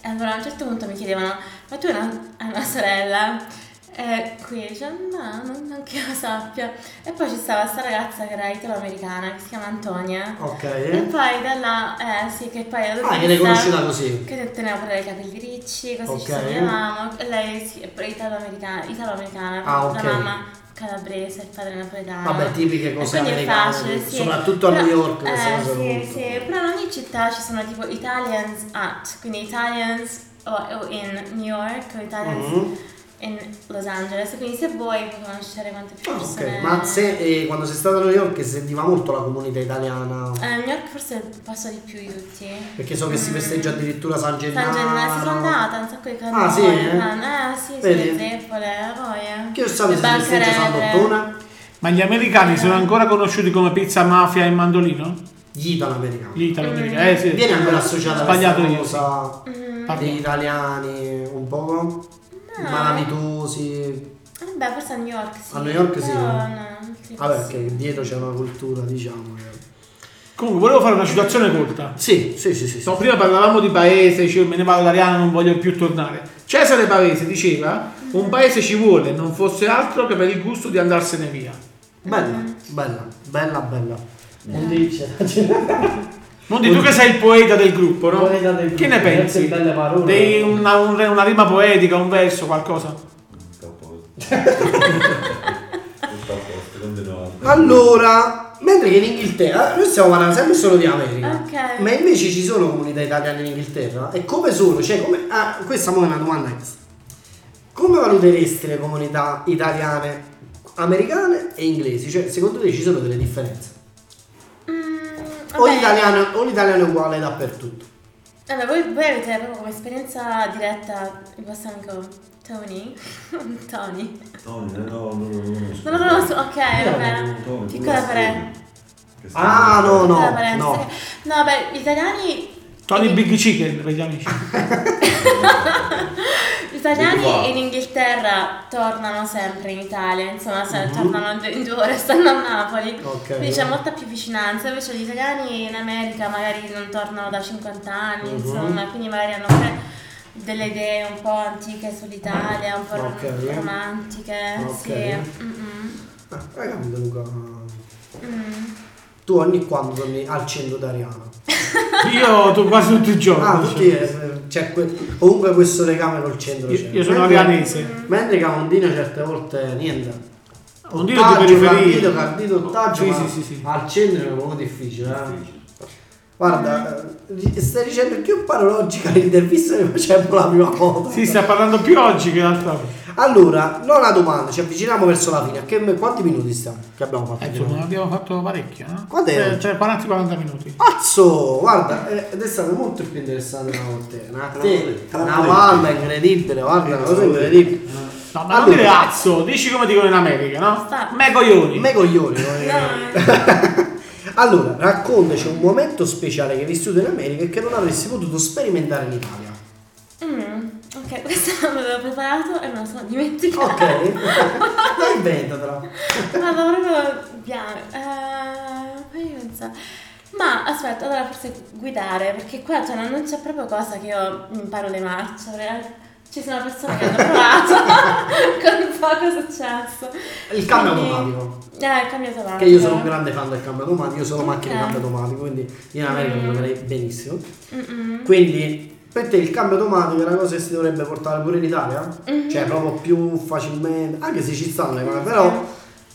Speaker 3: allora a un certo punto mi chiedevano, ma tu hai una, hai una sorella? E qui dice, no, non, non che lo sappia. E poi ci stava sta ragazza che era italo-americana, che si chiama Antonia.
Speaker 1: Ok.
Speaker 3: E poi da là, eh sì, che poi la
Speaker 1: Ah, viene conosciuta così.
Speaker 3: Che teneva pure i capelli ricci, così ci
Speaker 1: Ok.
Speaker 3: sognavamo. E lei sì, è pure italo-americana, italo-americana
Speaker 1: Ah, ok.
Speaker 3: la mamma calabrese, il padre napoletano.
Speaker 1: Vabbè, tipiche
Speaker 3: E
Speaker 1: cose
Speaker 3: quindi è
Speaker 1: americane,
Speaker 3: facile, sì.
Speaker 1: soprattutto a
Speaker 3: Però-
Speaker 1: New York queste
Speaker 3: Eh,
Speaker 1: cose
Speaker 3: sì,
Speaker 1: molto.
Speaker 3: sì, però in ogni città ci sono tipo Italians at, quindi Italians o, o in New York o Italians
Speaker 1: Mhm.
Speaker 3: in Los Angeles, quindi se vuoi puoi conoscere quante più
Speaker 1: Ah,
Speaker 3: persone.
Speaker 1: ok, ma se, eh, quando sei stato a New York si sentiva molto la comunità italiana?
Speaker 3: Eh, New York forse passa di più di tutti.
Speaker 1: Perché so che si festeggia addirittura San Gennaro.
Speaker 3: San Gennaro si sono andata, un sacco di cannone.
Speaker 1: Ah, sì?
Speaker 3: Ah, sì, sì,
Speaker 1: Vedi?
Speaker 3: le zeppole, la voglia.
Speaker 1: Che io so che
Speaker 3: Le
Speaker 1: si festeggia
Speaker 3: bancarelle.
Speaker 1: Sant'Ottone?
Speaker 2: Ma gli americani sono ancora conosciuti come pizza mafia e mandolino?
Speaker 1: Gli italo-americani.
Speaker 2: Gli italo-americani. Eh sì.
Speaker 1: Viene ancora associata
Speaker 2: Sbagliato
Speaker 1: questa
Speaker 2: io,
Speaker 1: cosa
Speaker 3: Mm,
Speaker 2: Parlo.
Speaker 1: degli italiani un po'
Speaker 3: No.
Speaker 1: malavitosi.
Speaker 3: Vabbè, forse a New York sì.
Speaker 1: A New York sì.
Speaker 3: Però no, altri
Speaker 1: Vabbè,
Speaker 3: posti.
Speaker 1: perché dietro c'è una cultura, diciamo. che-
Speaker 2: Comunque volevo fare una citazione colta.
Speaker 1: Sì, sì, sì, sì. sì.
Speaker 2: So, prima parlavamo di paese, dicevo me ne vado italiano, non voglio più tornare. Cesare Pavese diceva un paese ci vuole, non fosse altro che per il gusto di andarsene via.
Speaker 3: Mm.
Speaker 1: Bella, bella, bella, bella. Non dice.
Speaker 2: Mondi, tu che sei il poeta del gruppo, no?
Speaker 1: Poeta del
Speaker 2: che
Speaker 1: gruppo,
Speaker 2: ne pensi?
Speaker 1: grazie, belle parole.
Speaker 2: Dei- una, un- una rima poetica, un verso, qualcosa?
Speaker 4: Tutto a posto. Tutto a posto, continuate.
Speaker 1: Allora, mentre che in Inghilterra, noi stiamo parlando sempre solo di America,
Speaker 3: Ok.
Speaker 1: ma invece ci sono comunità italiane in Inghilterra? E come sono? Cioè, come... Ah, questa mo è una domanda extra. Come valuteresti le comunità italiane, americane e inglesi? Cioè, secondo te ci sono delle differenze?
Speaker 3: Mm,
Speaker 1: O
Speaker 3: vabbè.
Speaker 1: l'italiano, o l'italiano è uguale dappertutto?
Speaker 3: Vabbè, voi, voi avete proprio come esperienza diretta il vostro amico Tony. Tony.
Speaker 4: No, no, no, non lo conosco.
Speaker 3: Non lo conosco, ok, vabbè.
Speaker 4: Tony,
Speaker 3: Piccola
Speaker 4: tu
Speaker 3: pare.
Speaker 4: sei- che
Speaker 1: Ah,
Speaker 4: sei-
Speaker 1: no, no.
Speaker 3: piccola parentesi. No, beh, gli italiani
Speaker 2: Tony Big Chicken per gli amici.
Speaker 3: Gli italiani
Speaker 4: Wow.
Speaker 3: in Inghilterra tornano sempre in Italia, insomma, se- tornano in due ore, stanno a Napoli.
Speaker 1: Mhm. Ok.
Speaker 3: Quindi c'è molta più vicinanza, invece gli italiani in America magari non tornano da 50
Speaker 1: Mhm.
Speaker 3: anni, insomma, quindi magari hanno pure delle idee un po' antiche sull'Italia, un po' rom-
Speaker 1: Ok.
Speaker 3: romantiche.
Speaker 1: Ok.
Speaker 3: Sì. Mm-mm.
Speaker 1: Ah, hai capito Luca?
Speaker 3: Mm.
Speaker 1: Tu ogni quando torni al centro italiano.
Speaker 2: Io tu quasi tutti i giorni.
Speaker 1: Ah,
Speaker 2: diciamo.
Speaker 1: tutti... eh, C'è que- comunque questo legame col centro
Speaker 2: Io,
Speaker 1: c'è. Eh,
Speaker 2: io sono
Speaker 1: Mentre-
Speaker 2: arianese.
Speaker 1: Mentre Camondino certe volte niente.
Speaker 2: Non dito di
Speaker 1: Cardito,
Speaker 2: periferia.
Speaker 1: cardito, ottaggio,
Speaker 2: Sì,
Speaker 1: ma
Speaker 2: sì, sì, sì.
Speaker 1: al centro è un po' difficile. Eh?
Speaker 4: Difficile.
Speaker 1: Guarda, eh, stai dicendo più paralogica l'intervista che facciamo la prima volta.
Speaker 2: Sì, sta parlando più oggi che l'altra volta.
Speaker 1: Allora, non la domanda, ci avviciniamo verso la fine. A Che, quanti minuti stiamo? Che abbiamo fatto?
Speaker 2: Eh, Insomma, abbiamo fatto parecchio, no?
Speaker 1: Quant'è?
Speaker 2: Eh, Cioè, 40-40 minuti.
Speaker 1: Pazzo! Guarda, eh, ed è stato molto più interessante una volta. eh, Una,
Speaker 4: Te l'ho detto, te l'ho
Speaker 1: una
Speaker 4: detto.
Speaker 1: palla incredibile, guarda, una cosa
Speaker 4: Te l'ho detto.
Speaker 1: incredibile.
Speaker 2: No,
Speaker 1: Ah,
Speaker 2: ma non dire azzo, dici come dicono in America,
Speaker 3: Sta-
Speaker 2: no? Me coglioni.
Speaker 1: Me coglioni, eh. come Allora, raccontaci un momento speciale che hai vissuto in America e che non avresti potuto sperimentare in Italia.
Speaker 3: Mm. Ok, questo l'avevo preparato e me lo sono dimenticato.
Speaker 1: Ok, dai, inventatela.
Speaker 3: Guarda, proprio bianco. Eh, fammi pensare. Ma aspetta, allora forse guidare, perché qua cioè, non non c'è proprio cosa che io mi imparo le marce. pre- Ci sono persone che hanno provato con poco successo.
Speaker 1: Il cambio
Speaker 3: Quindi-
Speaker 1: automatico.
Speaker 3: Eh, il cambio automatico.
Speaker 1: Che io sono un grande fan del cambio automatico, io sono macchina
Speaker 3: Ok.
Speaker 1: cambio automatico, quindi in America mi troverei benissimo.
Speaker 3: Mm-mm.
Speaker 1: Quindi per te il cambio automatico è una cosa che si dovrebbe portare pure in Italia?
Speaker 3: Mm-hmm.
Speaker 1: Cioè proprio più facilmente, anche se ci stanno le mani, però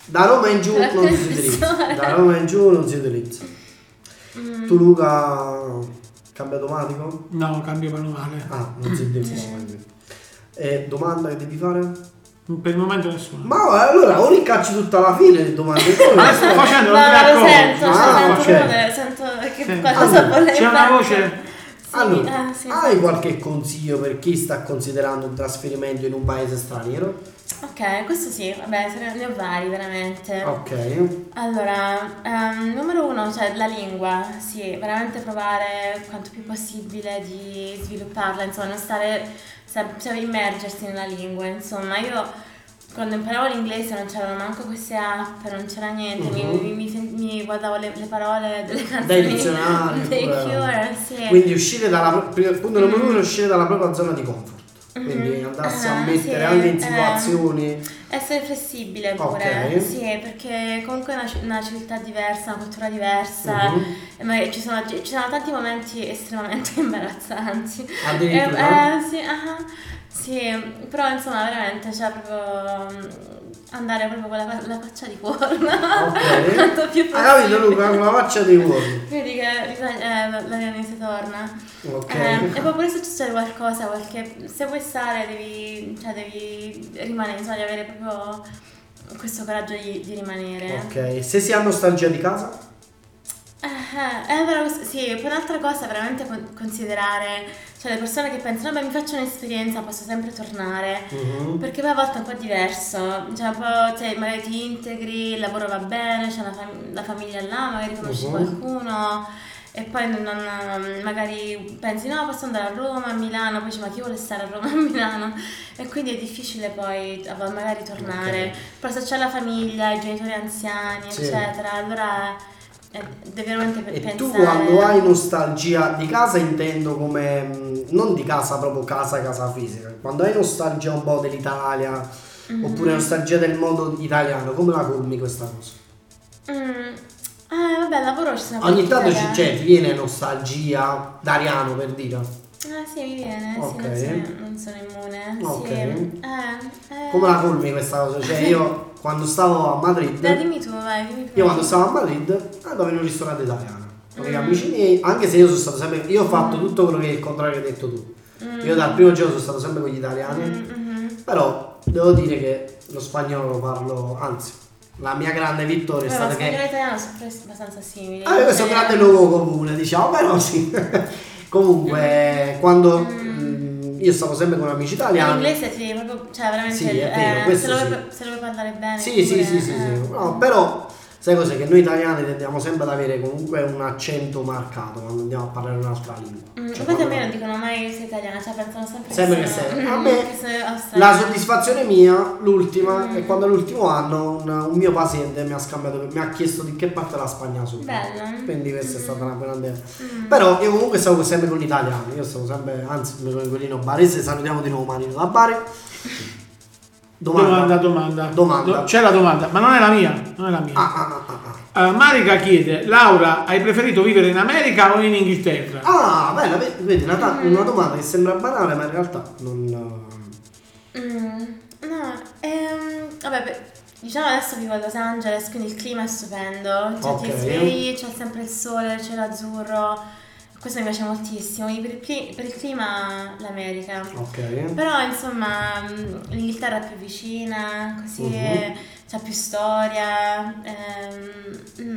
Speaker 1: da Roma in giù non si utilizza. Da Roma in giù non si utilizza.
Speaker 3: Mm.
Speaker 1: Tu Luca, cambio automatico?
Speaker 2: No, cambio manuale.
Speaker 3: Mm-hmm.
Speaker 1: Ah, non si utilizza. Eh, domanda che devi fare?
Speaker 2: Per il momento nessuno.
Speaker 1: Ma allora o ricacci tutta la fine le domande. poi-
Speaker 2: Adesso sto facendo
Speaker 3: No,
Speaker 2: la
Speaker 3: no, lo sento,
Speaker 1: Ah,
Speaker 3: cioè, sento,
Speaker 1: ok.
Speaker 3: proprio che- sento che
Speaker 2: Sì.
Speaker 3: qualcosa
Speaker 1: Allora,
Speaker 3: vuole
Speaker 2: c'è una
Speaker 3: fare.
Speaker 2: voce?
Speaker 3: Sì,
Speaker 1: Allora,
Speaker 3: ah, sì.
Speaker 1: hai qualche consiglio per chi sta considerando un trasferimento in un paese straniero?
Speaker 3: Ok, questo sì, vabbè, se ne- ne ho vari
Speaker 1: Ah.
Speaker 3: veramente.
Speaker 1: Ok.
Speaker 3: Allora, ehm, numero uno, cioè la lingua, sì, veramente provare quanto più possibile di svilupparla, insomma, non stare, sem- cioè immergersi nella lingua, insomma, io quando imparavo l'inglese non c'erano manco queste app, non c'era niente, mi-
Speaker 1: Mhm.
Speaker 3: mi, mi sen- mi guardavo le, le parole delle canzoni,
Speaker 1: Dai dizionari.
Speaker 3: dei
Speaker 1: pure.
Speaker 3: Cure, sì.
Speaker 1: Quindi uscire dalla pro- prima- punto numero
Speaker 3: Mhm.
Speaker 1: uno è uscire dalla propria zona di comfort. Quindi
Speaker 3: Mhm.
Speaker 1: andarsi a
Speaker 3: Ah,
Speaker 1: mettere
Speaker 3: sì,
Speaker 1: anche in
Speaker 3: eh.
Speaker 1: situazioni.
Speaker 3: Essere flessibile
Speaker 1: Ok.
Speaker 3: pure, sì, perché comunque è una, ci- una città diversa, una cultura diversa,
Speaker 1: Mhm.
Speaker 3: Ma ci sono, ci sono tanti momenti estremamente imbarazzanti. Eh,
Speaker 1: Addirittura.
Speaker 3: eh, sì, ah, sì, però insomma veramente, cioè proprio mm, andare proprio con la, la faccia di cuore.
Speaker 1: Ok.
Speaker 3: Quanto Ah, più
Speaker 1: Hai capito Luca? Con
Speaker 3: possibile.
Speaker 1: la faccia dei uomini.
Speaker 3: Vedi che bisogna, eh, la- la Leonese torna.
Speaker 1: Ok.
Speaker 3: Eh, e poi pure se succede qualcosa, qualche, se vuoi stare devi, cioè, devi rimanere, insomma, devi avere proprio questo coraggio di, di rimanere.
Speaker 1: Ok. Se si ha nostalgia di casa?
Speaker 3: Eh, eh, è vero, sì, poi un'altra cosa è veramente con- considerare, cioè le persone che pensano, beh mi faccio un'esperienza, posso sempre tornare,
Speaker 1: Mhm.
Speaker 3: perché poi a volte è un po' diverso, cioè un po', cioè, magari ti integri, il lavoro va bene, c'è una fam- la famiglia là, magari conosci
Speaker 1: Mhm.
Speaker 3: qualcuno e poi non- non- magari pensi no posso andare a Roma, a Milano, poi dici ma chi vuole stare a Roma, a Milano? E quindi è difficile poi a- magari tornare, però se c'è la famiglia, i genitori anziani,
Speaker 1: Sì.
Speaker 3: eccetera, allora eh, devi veramente pe-
Speaker 1: E
Speaker 3: pensare...
Speaker 1: tu quando hai nostalgia di casa intendo come mh, non di casa proprio casa casa fisica, quando hai nostalgia un po' dell'Italia
Speaker 3: Mhm.
Speaker 1: oppure nostalgia del mondo italiano, come la colmi questa cosa?
Speaker 3: Mm. Eh, vabbè, lavoro ci sono
Speaker 1: Ogni tanto ci,
Speaker 3: partite,
Speaker 1: cioè, ti viene nostalgia d'Ariano per dire.
Speaker 3: Ah sì, mi viene,
Speaker 1: Ok.
Speaker 3: sì, non sono, non sono immune.
Speaker 1: Ok.
Speaker 3: Sì. Eh, eh.
Speaker 1: Come la colmi questa cosa? Cioè io quando stavo a
Speaker 3: Dai,
Speaker 1: Madrid,
Speaker 3: dimmi tu, vai, dimmi tu.
Speaker 1: io quando stavo a Madrid andavo in un ristorante italiano. Con gli
Speaker 3: Mm.
Speaker 1: amici miei, anche se io sono stato sempre, io ho fatto tutto quello che è il contrario che hai detto tu.
Speaker 3: Mm.
Speaker 1: Io dal primo giorno sono stato sempre con gli italiani.
Speaker 3: Mm, mhm.
Speaker 1: Però devo dire che lo spagnolo lo parlo, anzi, la mia grande vittoria è
Speaker 3: Vabbè, ma
Speaker 1: stata
Speaker 3: spagnolo e
Speaker 1: che
Speaker 3: italiano sono pres- abbastanza simili.
Speaker 1: avevo questo
Speaker 3: Eh,
Speaker 1: grande luogo comune, diciamo, però sì. Comunque, quando mm, io stavo sempre con amici italiani.
Speaker 3: L'inglese ti devi proprio, cioè veramente,
Speaker 1: Sì, è
Speaker 3: eh,
Speaker 1: vero, questo
Speaker 3: se, lo
Speaker 1: sì.
Speaker 3: vuoi, se lo vuoi parlare bene.
Speaker 1: Sì, sì,
Speaker 3: pure,
Speaker 1: sì, sì, sì.
Speaker 3: eh.
Speaker 1: No, però sai cos'è che noi italiani tendiamo sempre ad avere comunque un accento marcato quando andiamo a parlare un'altra lingua.
Speaker 3: Mm,
Speaker 1: Cioè,
Speaker 3: infatti a me
Speaker 1: quando-
Speaker 3: non dicono mai che sei italiana, cioè pensano sempre,
Speaker 1: Sempre che
Speaker 3: sono-
Speaker 1: sei-
Speaker 3: mm,
Speaker 1: a me
Speaker 3: che sei
Speaker 1: La
Speaker 3: australiana.
Speaker 1: soddisfazione mia, l'ultima,
Speaker 3: Mm.
Speaker 1: è quando l'ultimo anno un, un mio paziente mi ha scambiato, mi ha chiesto di che parte della Spagna sono.
Speaker 3: Bello.
Speaker 1: Quindi questa è stata una grande.
Speaker 3: Mm.
Speaker 1: Però io comunque stavo sempre con l'italiano, io stavo sempre, anzi, mi sono quelino barese, salutiamo di nuovo Marino da Bari. Domanda.
Speaker 2: Domanda, domanda.
Speaker 1: Domanda.
Speaker 2: Do- c'è la domanda, ma non è la mia. Non è la mia.
Speaker 1: Ah, ah, ah, ah,
Speaker 2: Eh, Marica chiede, Laura, hai preferito vivere in America o in Inghilterra?
Speaker 1: ah. Ah, bella, vedi- vedi, una, ta- una domanda che sembra banale, ma in realtà non.
Speaker 3: Mm, no, ehm, vabbè, beh, diciamo adesso vivo a Los Angeles, quindi il clima è stupendo, cioè
Speaker 1: Ok.
Speaker 3: ti svegli, c'è sempre il sole, c'è l'azzurro, questo mi piace moltissimo, quindi per il, cli- per il clima l'America.
Speaker 1: eh, Ok.
Speaker 3: Però insomma mm, l'Inghilterra è più vicina, così
Speaker 1: Mhm.
Speaker 3: c'è più storia, ehm, mm,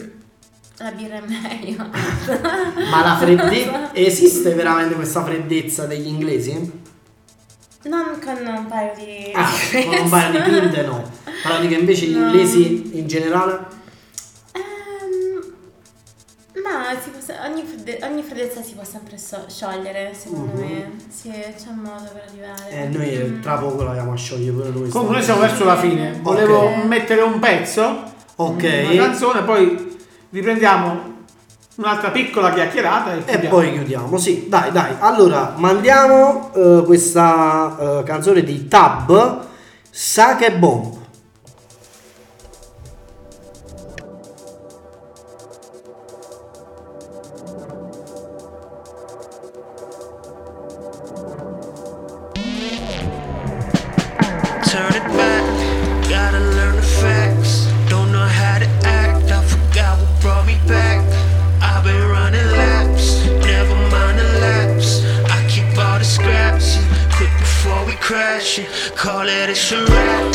Speaker 3: la birra è meglio.
Speaker 1: Ma la freddezza. esiste veramente questa freddezza degli inglesi?
Speaker 3: non con un paio di...
Speaker 1: Ah, con un paio di pinte no. Però dico invece gli
Speaker 3: No.
Speaker 1: inglesi in generale.
Speaker 3: Ehm, ma si può se- ogni, fredde- ogni freddezza si può sempre so- sciogliere,
Speaker 1: Mhm.
Speaker 3: secondo me. Sì, c'è un modo per arrivare.
Speaker 1: Eh, noi
Speaker 3: Mm.
Speaker 1: tra poco la andiamo a sciogliere pure noi.
Speaker 2: Comunque noi
Speaker 1: stamattina.
Speaker 2: siamo verso la fine. Volevo mettere un pezzo, una
Speaker 1: Ok.
Speaker 2: canzone, poi riprendiamo un'altra piccola chiacchierata e,
Speaker 1: E
Speaker 2: chiudiamo.
Speaker 1: poi chiudiamo, sì, dai, dai. Allora, mandiamo eh, questa eh, canzone di Tab, Sake Bomb.
Speaker 5: Turn it back, gotta learn the facts. Don't know how to act, I forgot what brought me back. I've been running laps, never mind the laps. I keep all the scraps, yeah. quit before we crash it. Call it a charade.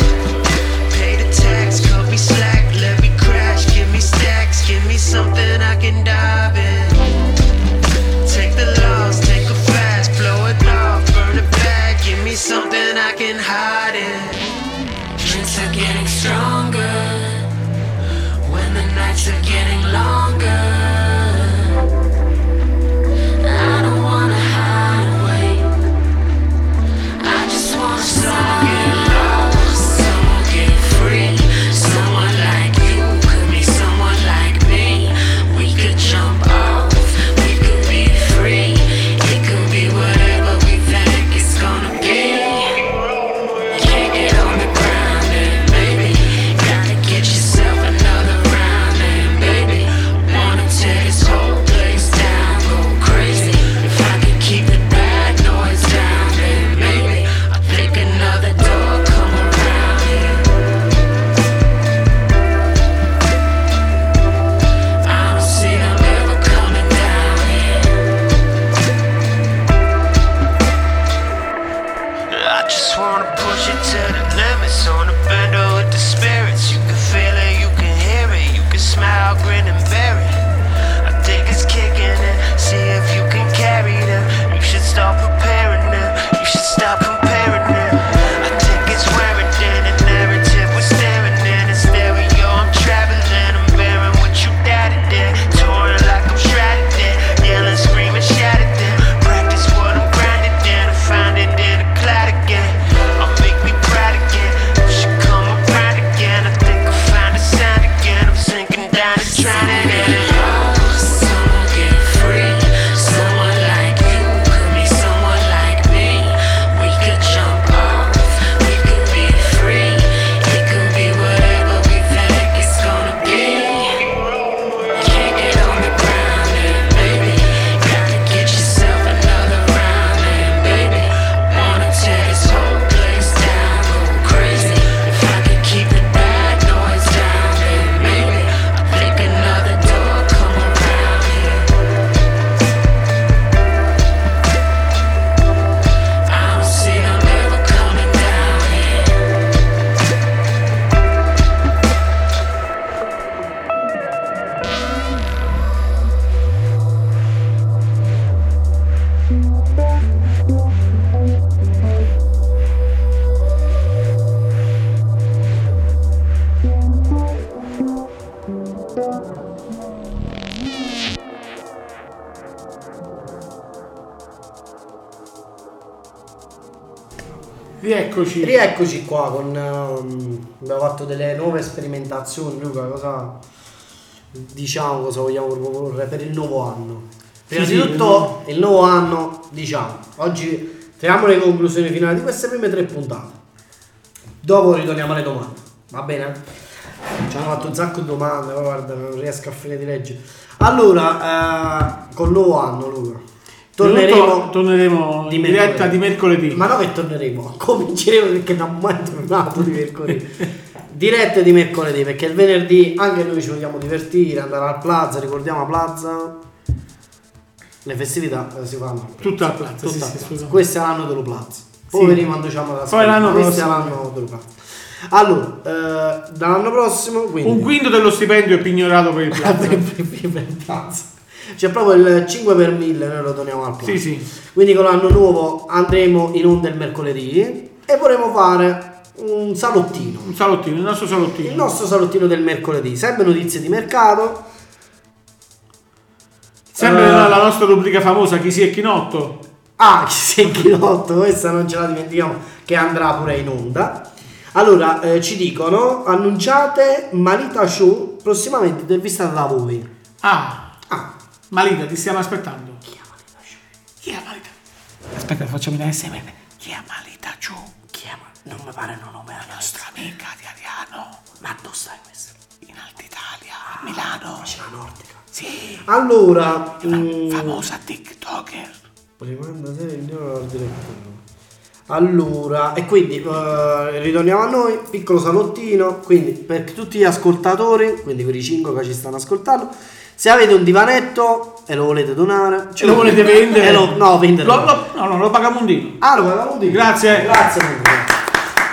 Speaker 2: Rieccoci.
Speaker 1: Rieccoci qua con... ehm, abbiamo fatto delle nuove sperimentazioni, Luca, cosa diciamo, cosa vogliamo proporre per il nuovo anno? Prima
Speaker 2: Sì,
Speaker 1: di
Speaker 2: sì,
Speaker 1: tutto, il nuovo anno, diciamo, oggi tiriamo le conclusioni finali di queste prime tre puntate. Dopo ritorniamo alle domande, va bene? Ci hanno fatto un sacco di domande, ma guarda, non riesco a fine di leggere. Allora, eh, col nuovo anno, Luca, torneremo...
Speaker 2: Innanzitutto torneremo
Speaker 1: di
Speaker 2: in diretta
Speaker 1: mercoledì.
Speaker 2: di mercoledì.
Speaker 1: Ma no che torneremo, cominceremo perché non abbiamo mai tornato di mercoledì. Dirette di mercoledì perché il venerdì anche noi ci vogliamo divertire, andare al plaza, ricordiamo a plaza. Le festività eh, si fanno. a Plaza.
Speaker 2: Tutta la plaza, sì,
Speaker 1: Tutta a
Speaker 2: sì,
Speaker 1: Plaza.
Speaker 2: scusa.
Speaker 1: Questo è l'anno dello plaza. Poi
Speaker 2: Sì.
Speaker 1: veniamo quando diciamo la
Speaker 2: Poi l'anno
Speaker 1: Questo è
Speaker 2: prossimo.
Speaker 1: l'anno dello plaza. Allora, eh, dall'anno prossimo quindi
Speaker 2: Un quinto dello stipendio è pignorato per il
Speaker 1: per,
Speaker 2: piatto.
Speaker 1: per- per Plaza. C'è proprio il 5 per 1000 noi lo doniamo al plaza.
Speaker 2: sì, sì.
Speaker 1: Quindi con l'anno nuovo andremo in onda il mercoledì e vorremmo fare un salottino.
Speaker 2: Un salottino, il nostro salottino.
Speaker 1: Il nostro salottino del mercoledì, sempre notizie di mercato.
Speaker 2: Sempre
Speaker 1: Eh.
Speaker 2: la, la nostra rubrica famosa, chi si è chinotto.
Speaker 1: Ah, chi si è chinotto, questa non ce la dimentichiamo, che andrà pure in onda. Allora, eh, ci dicono, annunciate Malita Show prossimamente intervistata da voi.
Speaker 2: Ah,
Speaker 1: Ah,
Speaker 2: Malita, ti stiamo aspettando.
Speaker 1: chi è Malita Show?
Speaker 2: Chi è Malita? Aspetta, facciamo vedere insieme. Chi è Malita Giù?
Speaker 1: Chi è Malita? Non mi pare un nome alla nostra.
Speaker 2: Amica di Ariano,
Speaker 1: Ma dove stai questo?
Speaker 2: in Alta Italia, a Milano.
Speaker 1: C'è la Nordica.
Speaker 2: Sì,
Speaker 1: Allora, mm,
Speaker 2: famosa TikToker.
Speaker 1: Rimanda te il nome al direttore. Allora, e quindi eh, ritorniamo a noi, piccolo salottino, quindi per tutti gli ascoltatori, quindi per i 5 che ci stanno ascoltando, se avete un divanetto e lo volete donare, ce
Speaker 2: Ce lo volete vendere?
Speaker 1: E Eh, lo- no, vendere.
Speaker 2: Lo,
Speaker 1: no.
Speaker 2: lo- no, no, lo paghiamo un dino.
Speaker 1: Ah, lo volevamo dire.
Speaker 2: Grazie.
Speaker 1: Grazie. Luca.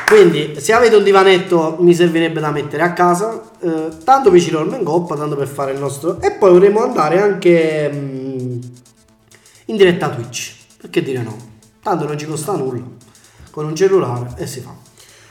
Speaker 1: Quindi, se avete un divanetto, mi servirebbe da mettere a casa, eh, tanto per girarlo in coppa, tanto per fare il nostro... E poi vorremmo andare anche mm, in diretta a Twitch. Perché dire no? Tanto non ci costa nulla. Con un cellulare e si fa.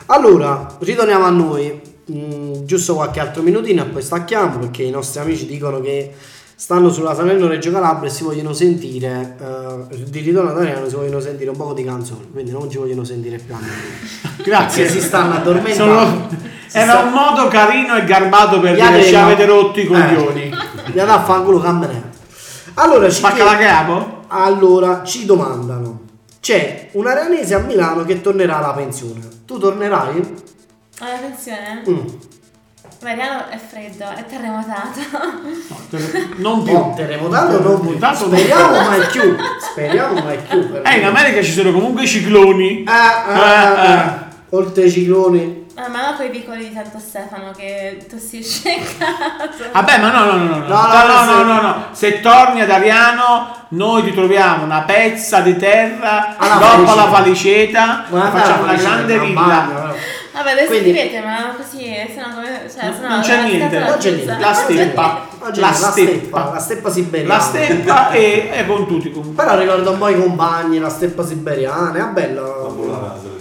Speaker 1: Allora, ritorniamo a noi. Mm, giusto qualche altro minutino e poi stacchiamo perché i nostri amici dicono che stanno sulla Salerno Reggio Calabria e si vogliono sentire eh, di ritorno ad Ariano si vogliono sentire un po' di canzoni quindi non ci vogliono sentire più a noi.
Speaker 2: Grazie.
Speaker 1: Che si stanno addormentando.
Speaker 2: Sono-
Speaker 1: Si
Speaker 2: Era
Speaker 1: sta-
Speaker 2: un modo carino e garbato per
Speaker 1: Gli
Speaker 2: dire
Speaker 1: altri
Speaker 2: ci
Speaker 1: no.
Speaker 2: avete rotto i
Speaker 1: Eh.
Speaker 2: coglioni.
Speaker 1: Gli andate a fanculo camminare allora ci,
Speaker 2: Spacca
Speaker 1: chied-
Speaker 2: la capo?
Speaker 1: allora ci domandano c'è un aranese a Milano che tornerà alla pensione tu tornerai?
Speaker 3: Alla pensione?
Speaker 1: Mm.
Speaker 3: eh. Mariano è freddo, è terremotata.
Speaker 2: No, ter- non più.
Speaker 1: Oh, terremotato non più.
Speaker 2: Terremotato non
Speaker 1: speriamo mai più speriamo mai più per
Speaker 2: Eh, in America ci sono comunque i cicloni.
Speaker 1: Ah, ah,
Speaker 2: Ah,
Speaker 1: ah, oltre ai cicloni
Speaker 3: Ah, ma no quei piccoli di Santo Stefano che tossisce in casa.
Speaker 2: Vabbè, ma no, no,
Speaker 1: No, no,
Speaker 2: no, no, no, no, no,
Speaker 1: adesso-
Speaker 2: no, no, no. se torni ad Ariano, noi ti troviamo una pezza di terra
Speaker 1: Alla
Speaker 2: dopo
Speaker 1: Faliceta.
Speaker 2: la faliceta,
Speaker 1: Guarda,
Speaker 2: facciamo una
Speaker 1: dice,
Speaker 2: grande
Speaker 1: "Mamma
Speaker 2: villa.
Speaker 1: mia, guarda".
Speaker 3: Vabbè, adesso
Speaker 1: Quindi-
Speaker 3: scrivete, ma così, sennò come... Cioè,
Speaker 2: No,
Speaker 3: sennò
Speaker 2: non c'è
Speaker 3: la
Speaker 2: niente.
Speaker 3: scatola
Speaker 1: Non c'è
Speaker 3: chiusa.
Speaker 1: niente.
Speaker 2: Eh, La steppa,
Speaker 1: Oggi
Speaker 2: la
Speaker 1: la steppa,
Speaker 2: steppa.
Speaker 1: la steppa siberiana.
Speaker 2: La steppa e, e con tutti comunque.
Speaker 1: Però ricordo un po' i compagni, la steppa siberiana, è bello.
Speaker 4: Vabbè,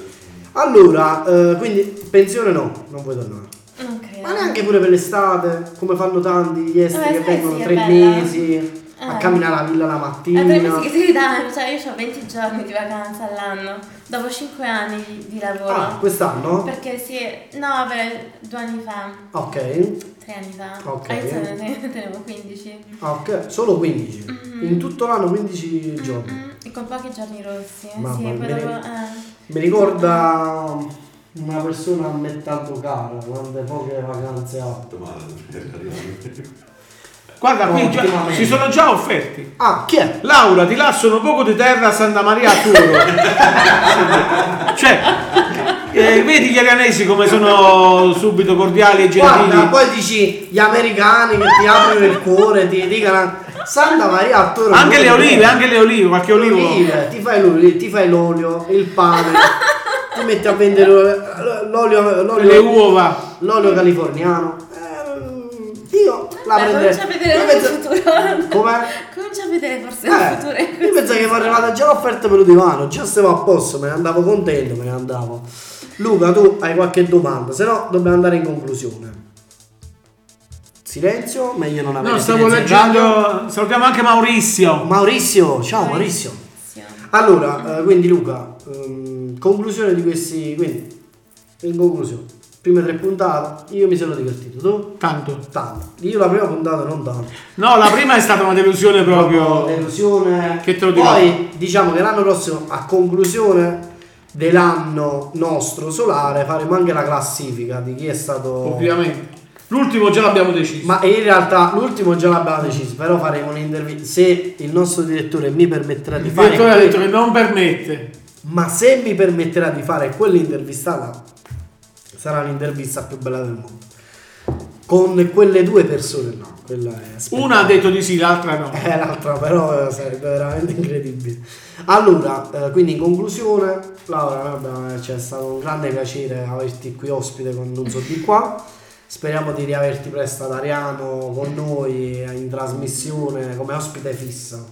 Speaker 1: Allora, eh, quindi pensione no, non puoi tornare.
Speaker 3: Non credo.
Speaker 1: Ma neanche pure per l'estate, come fanno tanti gli esteri
Speaker 3: Vabbè,
Speaker 1: che
Speaker 3: sai,
Speaker 1: vengono
Speaker 3: Eh, sì, è
Speaker 1: tre
Speaker 3: bella.
Speaker 1: mesi a
Speaker 3: Eh.
Speaker 1: camminare alla villa la mattina.
Speaker 3: È tre mesi che si ridanno, cioè io ho 20 giorni di vacanza all'anno, dopo 5 anni di, di lavoro.
Speaker 1: Ah, quest'anno?
Speaker 3: Perché sì, no, vabbè, due anni fa,
Speaker 1: Ok,
Speaker 3: tre anni fa,
Speaker 1: Ok.
Speaker 3: adesso ne ne tenevo 15.
Speaker 1: ok, solo 15.
Speaker 3: Mhm.
Speaker 1: In tutto l'anno 15 giorni.
Speaker 3: Mm, e con pochi giorni rossi,
Speaker 1: Mamma
Speaker 3: sì,
Speaker 1: mia.
Speaker 3: poi dopo, eh.
Speaker 1: Mi ricorda una persona a me tanto cara, quante poche vacanze ha.
Speaker 2: Guarda, qui già-
Speaker 1: Ottimamente.
Speaker 2: si sono già offerti.
Speaker 1: Ah, chi è?
Speaker 2: Laura, ti lasciano poco di terra a Santa Maria a Turo. cioè, eh, vedi gli arianesi come sono subito cordiali e gentili.
Speaker 1: Guarda, poi dici gli americani che ti aprono il cuore, ti dicono Santa Maria a Toro.
Speaker 2: Anche le olive, anche le olive, qualche
Speaker 1: Le
Speaker 2: olivo.
Speaker 1: olive, eh, ti fai l'olio, ti fai l'olio, il pane, ti metti a vendere l'olio, l'olio,
Speaker 2: Le
Speaker 1: l'olio,
Speaker 2: uova.
Speaker 1: l'olio californiano. Eh, Io la
Speaker 3: Beh,
Speaker 1: prenderei.
Speaker 3: comincia a vedere
Speaker 1: Io
Speaker 3: il
Speaker 1: penso-
Speaker 3: futuro.
Speaker 1: Com'è?
Speaker 3: Comincia eh, a vedere forse il futuro.
Speaker 1: Eh, io pensavo che mi arrivata già l'offerta per il divano, già stavo a posto, me ne andavo contento, me ne andavo. Luca, tu hai qualche domanda, se no dobbiamo andare in conclusione. Silenzio, meglio non avere
Speaker 2: No, stavo
Speaker 1: silenzio in radio.
Speaker 2: leggendo. Salutiamo anche Maurizio.
Speaker 1: Maurizio, ciao Maurizio.
Speaker 3: Sì.
Speaker 1: Allora, eh, quindi Luca, ehm, conclusione di questi... Quindi, in conclusione, prime tre puntate, io mi sono divertito, tu?
Speaker 2: Tanto.
Speaker 1: Tanto. Io la prima puntata non tanto.
Speaker 2: No, la prima è stata una delusione proprio.
Speaker 1: delusione.
Speaker 2: Che te lo dirò?
Speaker 1: Poi diciamo che l'anno prossimo, a conclusione dell'anno nostro solare, faremo anche la classifica di chi è stato.
Speaker 2: Ovviamente. L'ultimo già l'abbiamo deciso.
Speaker 1: Ma in realtà l'ultimo già l'abbiamo deciso, però faremo un'intervista. Se il nostro direttore mi permetterà di
Speaker 2: Il
Speaker 1: fare.
Speaker 2: direttore ha
Speaker 1: que-
Speaker 2: detto che non permette.
Speaker 1: Ma se mi permetterà di fare quell'intervista là, sarà l'intervista più bella del mondo. Con quelle due persone là. Quella è
Speaker 2: Una ha detto di sì, l'altra no.
Speaker 1: Eh, l'altra però eh, sarebbe veramente incredibile. Allora, eh, quindi in conclusione, Laura, guarda, eh, c'è stato un grande piacere averti qui ospite con non so di qua. Speriamo di riaverti presto ad Ariano con noi eh, in trasmissione come ospite fissa,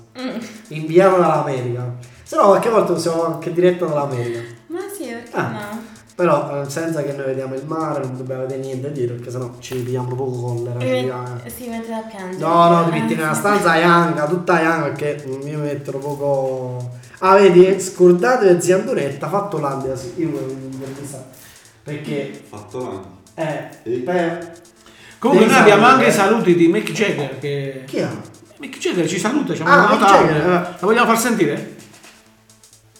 Speaker 1: inviato dall'America. Se no, qualche volta siamo anche diretto dall'America.
Speaker 3: Ma sì, perché
Speaker 1: Ah.
Speaker 3: no?
Speaker 1: Però eh, senza che noi vediamo il mare, non dobbiamo vedere niente dietro, perché sennò ci pigliamo poco con le
Speaker 3: Mi
Speaker 1: radici.
Speaker 3: met- si mette a piangere.
Speaker 1: ah. No, no, ti metti
Speaker 3: Ah,
Speaker 1: nella
Speaker 3: sì.
Speaker 1: stanza Yanga, tutta Yanga perché mi metto poco. Ah, vedi, scordate zia Antonetta, fatto l'andia, sì, io volevo intervistare. Perché,
Speaker 4: Fatto l'anno.
Speaker 1: eh,
Speaker 4: Sì.
Speaker 1: beh,
Speaker 2: Comunque noi
Speaker 1: Esatto.
Speaker 2: abbiamo anche i saluti di Mick Jagger che...
Speaker 1: chi è?
Speaker 2: Mick Jagger ci saluta, ci ha
Speaker 1: Ah,
Speaker 2: mandato
Speaker 1: Mick
Speaker 2: la
Speaker 1: Jagger,
Speaker 2: tablet.
Speaker 1: eh.
Speaker 2: La vogliamo far sentire?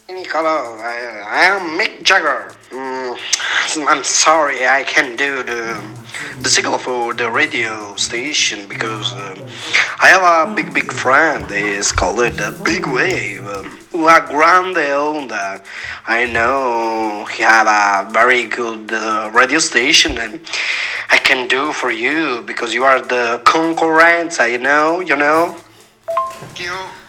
Speaker 6: Nicola, I, I am Mick Jagger. Mm, I'm sorry I can't do the, the signal for the radio station because um, I have a big, big friend. He's called it the Big Wave. Um, La Grande Onda. I know he had a very good uh, radio station and I can do for you because you are the concurrence, I know, you know.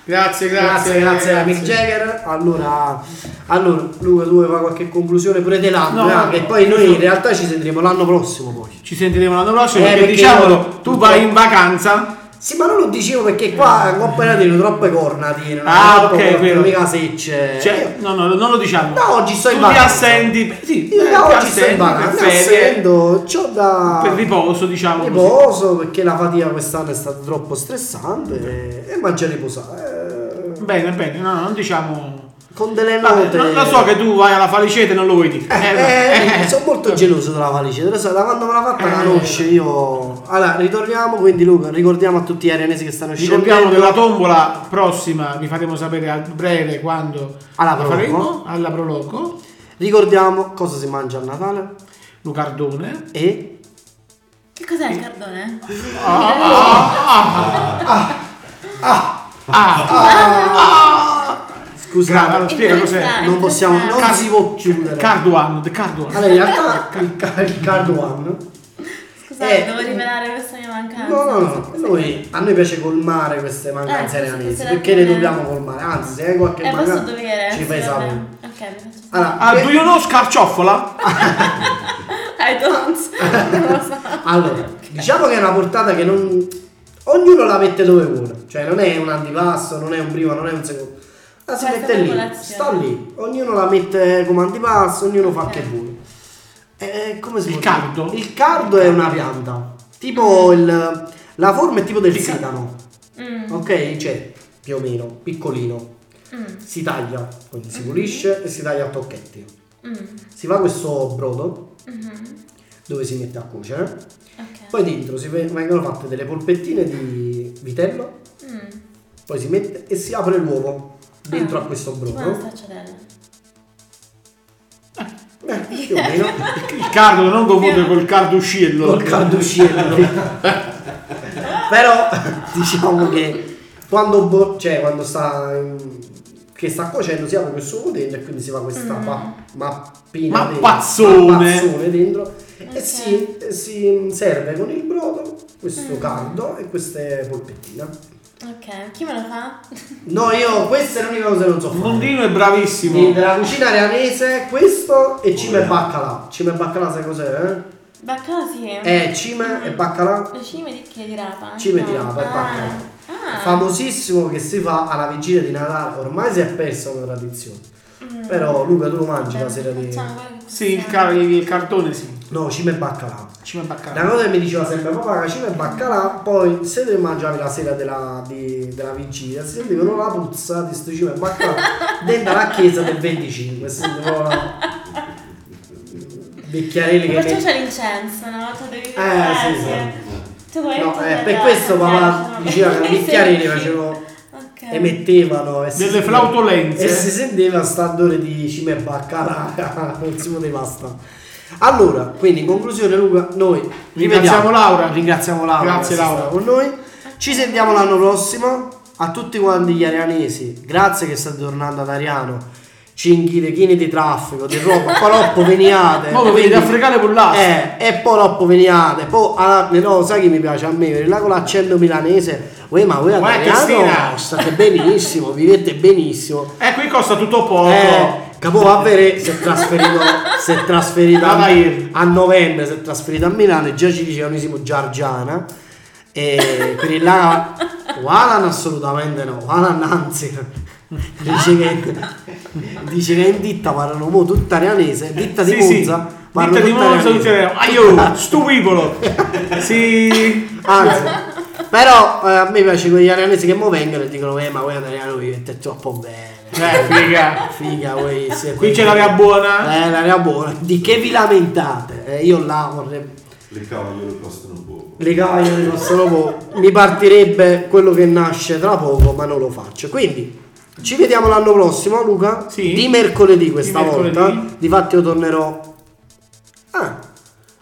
Speaker 2: Grazie,
Speaker 1: Grazie, grazie a Mick Jagger. Allora, allora, Luca, tu vuoi fare qualche conclusione pure dell'anno?
Speaker 2: No,
Speaker 1: eh?
Speaker 2: no.
Speaker 1: E poi noi in realtà ci sentiremo l'anno prossimo poi.
Speaker 2: Ci sentiremo l'anno prossimo
Speaker 1: Eh,
Speaker 2: perché,
Speaker 1: perché
Speaker 2: diciamolo,
Speaker 1: io-
Speaker 2: tu vai in vacanza.
Speaker 1: Sì, ma non lo dicevo perché qua in Coppa Natino troppe corna tirano.
Speaker 2: Ah,
Speaker 1: troppo
Speaker 2: ok,
Speaker 1: corna,
Speaker 2: vero.
Speaker 1: Mica secce.
Speaker 2: Cioè, no, no, non lo diciamo.
Speaker 1: No, oggi sto in
Speaker 2: Tu ti
Speaker 1: vacanza.
Speaker 2: assenti. Sì,
Speaker 1: Io
Speaker 2: eh, ti
Speaker 1: oggi sto
Speaker 2: assenti
Speaker 1: in vacanza,
Speaker 2: per
Speaker 1: mi
Speaker 2: ferie,
Speaker 1: assendo, c'ho da
Speaker 2: per riposo, diciamo così.
Speaker 1: riposo, perché la fatica quest'anno è stata troppo stressante e, e mangia riposare. Eh,
Speaker 2: Bene, bene, no, no, non diciamo.
Speaker 1: Con delle
Speaker 2: Vabbè,
Speaker 1: note...
Speaker 2: lo- lo so che tu vai alla falicete e non lo vuoi dire.
Speaker 1: Eh,
Speaker 2: Eh,
Speaker 1: eh,
Speaker 2: eh, eh.
Speaker 1: sono molto geloso della valigia, te lo so, da quando me l'ha fatta la
Speaker 2: Eh.
Speaker 1: conosce io. Allora, ritorniamo quindi Luca, ricordiamo a tutti gli arenesi che stanno
Speaker 2: Ricordiamo
Speaker 1: scendendo
Speaker 2: che la tombola prossima vi faremo sapere a breve quando
Speaker 1: Alla
Speaker 2: la
Speaker 1: Proloco.
Speaker 2: faremo alla Proloco.
Speaker 1: Ricordiamo cosa si mangia a Natale
Speaker 2: Lucardone.
Speaker 1: e
Speaker 3: Che cos'è il cardone?
Speaker 2: Ah, Gra-
Speaker 1: scusate,
Speaker 2: allora, spiega
Speaker 3: Il
Speaker 2: cos'è.
Speaker 3: cardone.
Speaker 1: non possiamo, non
Speaker 2: Cazzo.
Speaker 1: si può chiudere.
Speaker 2: Card One, The Card One.
Speaker 1: eh. Allora, in realtà il, ca- il card one
Speaker 3: Scusate,
Speaker 1: Eh,
Speaker 3: devo rivelare questa mia mancanza.
Speaker 1: No, no, no, noi, a noi piace colmare queste mancanze
Speaker 3: Eh, sì, sì,
Speaker 1: arenesi,
Speaker 3: se la
Speaker 1: perché le
Speaker 3: colmiamo.
Speaker 1: dobbiamo colmare, anzi se hai qualche
Speaker 3: È vostro
Speaker 1: mancanza
Speaker 3: dovere.
Speaker 1: ci
Speaker 3: Eh, sì,
Speaker 1: fai
Speaker 3: vabbè.
Speaker 1: sapere.
Speaker 3: Ok, mi faccio sapere.
Speaker 1: Allora, eh,
Speaker 2: Ah,
Speaker 1: per-
Speaker 2: do you know scarciofola?
Speaker 3: I don't. non lo so.
Speaker 1: allora, diciamo che è una portata che non... ognuno la mette dove vuole, cioè non è un antipasto, non è un primo, non è un secondo, la si
Speaker 3: Questa
Speaker 1: mette
Speaker 3: è
Speaker 1: lì,
Speaker 3: colazione.
Speaker 1: sta lì, ognuno la mette come antipasto, ognuno fa
Speaker 3: Ok.
Speaker 1: che vuole. Eh, come si
Speaker 2: Il
Speaker 1: può dire?
Speaker 2: cardo?
Speaker 1: Il cardo è una pianta, tipo il... la forma è tipo del sedano.
Speaker 3: Mm,
Speaker 1: Ok, cioè più o meno piccolino.
Speaker 3: mm,
Speaker 1: Si taglia, quindi si pulisce e si taglia a tocchetti.
Speaker 3: mm,
Speaker 1: Si fa questo brodo
Speaker 3: mhm.
Speaker 1: dove si mette a cuocere.
Speaker 3: Ok.
Speaker 1: Poi dentro si ve- vengono fatte delle polpettine di vitello,
Speaker 3: Mm.
Speaker 1: poi si mette e si apre l'uovo dentro
Speaker 3: Ah.
Speaker 1: a questo
Speaker 3: Tipo una
Speaker 1: brodo.
Speaker 3: stracciatella.
Speaker 1: Eh, più o meno.
Speaker 2: Il card non confondere col cardusciello.
Speaker 1: Eh. col carducciello. Però diciamo che quando, bo- cioè, quando sta in- che sta cuocendo si apre questo uovo dentro e quindi si fa questa
Speaker 3: Mm.
Speaker 1: ma- mappina dentro,
Speaker 2: Mappazzone.
Speaker 1: mappazzone dentro
Speaker 3: Ok.
Speaker 1: e si, e si serve con il brodo questo
Speaker 3: Mm.
Speaker 1: caldo e queste polpettine.
Speaker 3: Ok, chi me lo fa?
Speaker 1: No, io questa è l'unica cosa che non so fare.
Speaker 2: Mondino è bravissimo.
Speaker 1: Di- Della cucina areanese questo e cime e
Speaker 4: Ora.
Speaker 1: baccalà. Cime e baccalà sai
Speaker 3: Mm.
Speaker 1: cos'è?
Speaker 3: Baccalà sì.
Speaker 1: Eh, eh cime e baccalà
Speaker 3: Le cime di che di rapa?
Speaker 1: Cime
Speaker 3: No.
Speaker 1: di rapa e
Speaker 3: Ah,
Speaker 1: baccalà.
Speaker 3: Ah.
Speaker 1: famosissimo che si fa alla vigilia di Natale. Ormai si è persa una tradizione. Però Luca tu lo mangi la sera di.
Speaker 3: Mm. Eh, Facciamo quello che
Speaker 2: Sì, il,
Speaker 3: possiamo.
Speaker 2: car- il cartone sì.
Speaker 1: No, cime e baccalà.
Speaker 2: Cima e baccalà.
Speaker 1: La cosa che mi diceva sempre papà, cime e baccalà, poi se te mangiavi la sera della, di- della vigilia, si sentivano la puzza di sto cime e baccalà dentro la chiesa del 25. Si sentivano bicchiarelli che...
Speaker 3: Perciò
Speaker 1: met-
Speaker 3: c'è l'incenso, no? Tu devi
Speaker 1: Eh, sì,
Speaker 3: metterti. Tu vuoi
Speaker 1: No,
Speaker 3: mettere
Speaker 1: eh, per
Speaker 3: la-
Speaker 1: questo papà
Speaker 3: l'incenso?
Speaker 1: diceva che i bicchiarelli facevano...
Speaker 3: Ok.
Speaker 1: E mettevano... E si
Speaker 2: Delle
Speaker 1: sentiva-
Speaker 2: flautolenze.
Speaker 1: E si sentiva st'odore di cime e baccalà, non si poteva stare. Allora, quindi in conclusione Luca, noi
Speaker 2: Ringraziamo Laura.
Speaker 1: ringraziamo Laura,
Speaker 2: Grazie,
Speaker 1: che è
Speaker 2: Laura.
Speaker 1: stata con noi. Ci sentiamo l'anno prossimo. A tutti quanti gli arianesi, grazie che state tornando ad Ariano. Cinghirechini di traffico, di roba, paloppo veniate.
Speaker 2: Mo' lo
Speaker 1: quindi-
Speaker 2: venite a fregare con l'asta.
Speaker 1: eh, e poi dopo veniate, poi alla, no, sai che mi piace a me, venire là con l'accento milanese, uè ma voi a
Speaker 2: Guarda che
Speaker 1: Milano
Speaker 2: stina.
Speaker 1: state benissimo, vivete benissimo.
Speaker 2: Eh, qui costa tutto poco.
Speaker 1: Eh, capo a vedere si è trasferito, si è trasferito a,
Speaker 2: Cavaliere.
Speaker 1: a novembre, si è trasferito a Milano e già ci dicevano siamo Giargiana. E per il là Walan assolutamente no, Walan anzi dice che, dice che in ditta parlano mo tutta arianese, ditta di
Speaker 2: Sì, sì.
Speaker 1: Monza, parlano
Speaker 2: Ditta di
Speaker 1: tutta
Speaker 2: Monza,
Speaker 1: arianese.
Speaker 2: tutte- Aio, stupivolo. Sì.
Speaker 1: Anzi, però eh, a me piace quegli arianesi che mo vengono e dicono eh ma voi italiano vivete troppo bene,
Speaker 2: Eh, figa.
Speaker 1: figa voi siete-
Speaker 2: Qui c'è l'area buona.
Speaker 1: Eh, l'area buona. Di che vi lamentate? Eh, io là vorrei.
Speaker 4: Le cavaliere costano poco.
Speaker 1: Le cavaglie del nostro po'. Mi partirebbe quello che nasce tra poco, ma non lo faccio. Quindi. Ci vediamo l'anno prossimo, Luca.
Speaker 2: Sì.
Speaker 1: Di mercoledì questa
Speaker 2: Di mercoledì.
Speaker 1: volta. Difatti io tornerò. Ah,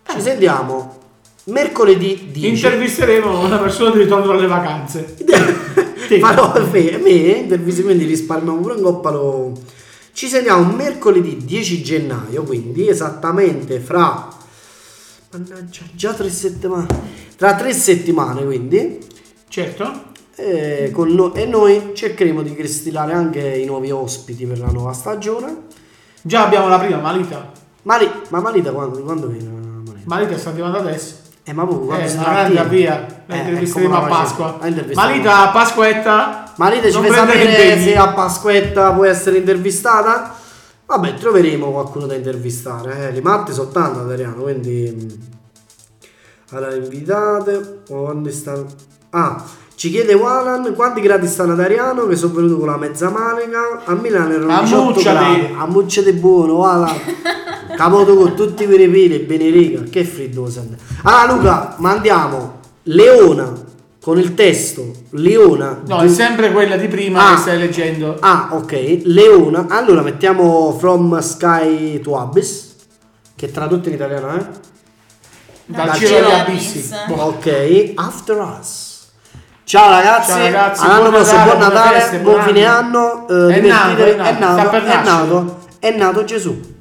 Speaker 1: ci sentiamo mercoledì 10.
Speaker 2: Intervisteremo una persona di ritorno dalle vacanze. Sì.
Speaker 1: Farò me, me interviste, quindi risparmiamo pure un coppalo. Ci sentiamo mercoledì 10 gennaio, quindi esattamente fra. Mannaggia, già tre settimane. Tra tre settimane, quindi.
Speaker 2: Certo.
Speaker 1: eh, con no- e noi cercheremo di cristallare anche i nuovi ospiti per la nuova stagione.
Speaker 2: Già abbiamo la prima malita.
Speaker 1: Mari- ma Marita quando, quando viene Marita?
Speaker 2: Malita sta arrivando adesso.
Speaker 1: Eh, ma proprio quando
Speaker 2: Eh,
Speaker 1: si
Speaker 2: sarà andata via. La
Speaker 1: Eh,
Speaker 2: intervisteremo
Speaker 1: ecco,
Speaker 2: a
Speaker 1: ma la
Speaker 2: Pasqua.
Speaker 1: facciamo. La intervistiamo.
Speaker 2: Malita a Pasquetta.
Speaker 1: Marita ci
Speaker 2: Non
Speaker 1: fai
Speaker 2: prendere
Speaker 1: sapere
Speaker 2: impegni.
Speaker 1: se a Pasquetta può essere intervistata? Vabbè, troveremo qualcuno da intervistare. Eh. Li matti soltanto ad Ariano, quindi... mm. Allora, invitate... Quando stanno... Ah, ci chiede Walan quanti gradi stanno ad Ariano che sono venuto con la mezza manica. A Milano erano 18
Speaker 2: Ammucciati.
Speaker 1: gradi. Ammucciate buono, Walan. Capoto con tutti i repiri, bene riga. Che freddo sente. Allora, Luca, mandiamo Leona con il testo Leona
Speaker 2: No, è sempre quella di prima
Speaker 1: Ah.
Speaker 2: che stai leggendo.
Speaker 1: Ah, ok. Leona. Allora mettiamo From Sky to Abyss. Che è tradotto in italiano, eh?
Speaker 2: Dal,
Speaker 1: Dal
Speaker 2: cielo
Speaker 1: cielo
Speaker 2: agli abissi.
Speaker 3: agli
Speaker 2: Boh.
Speaker 1: Ok. After Us. Ciao ragazzi.
Speaker 2: Ciao ragazzi,
Speaker 1: All'anno
Speaker 2: buon
Speaker 1: prossimo, buon
Speaker 2: Natale, buone
Speaker 1: Natale,
Speaker 2: feste,
Speaker 1: buon
Speaker 2: buon
Speaker 1: fine
Speaker 2: anno.
Speaker 1: anno. eh,
Speaker 2: È nato,
Speaker 1: divertitevi.
Speaker 2: è nato,
Speaker 1: è
Speaker 2: sta
Speaker 1: nato,
Speaker 2: per
Speaker 1: è
Speaker 2: nascere.
Speaker 1: nato, è nato Gesù.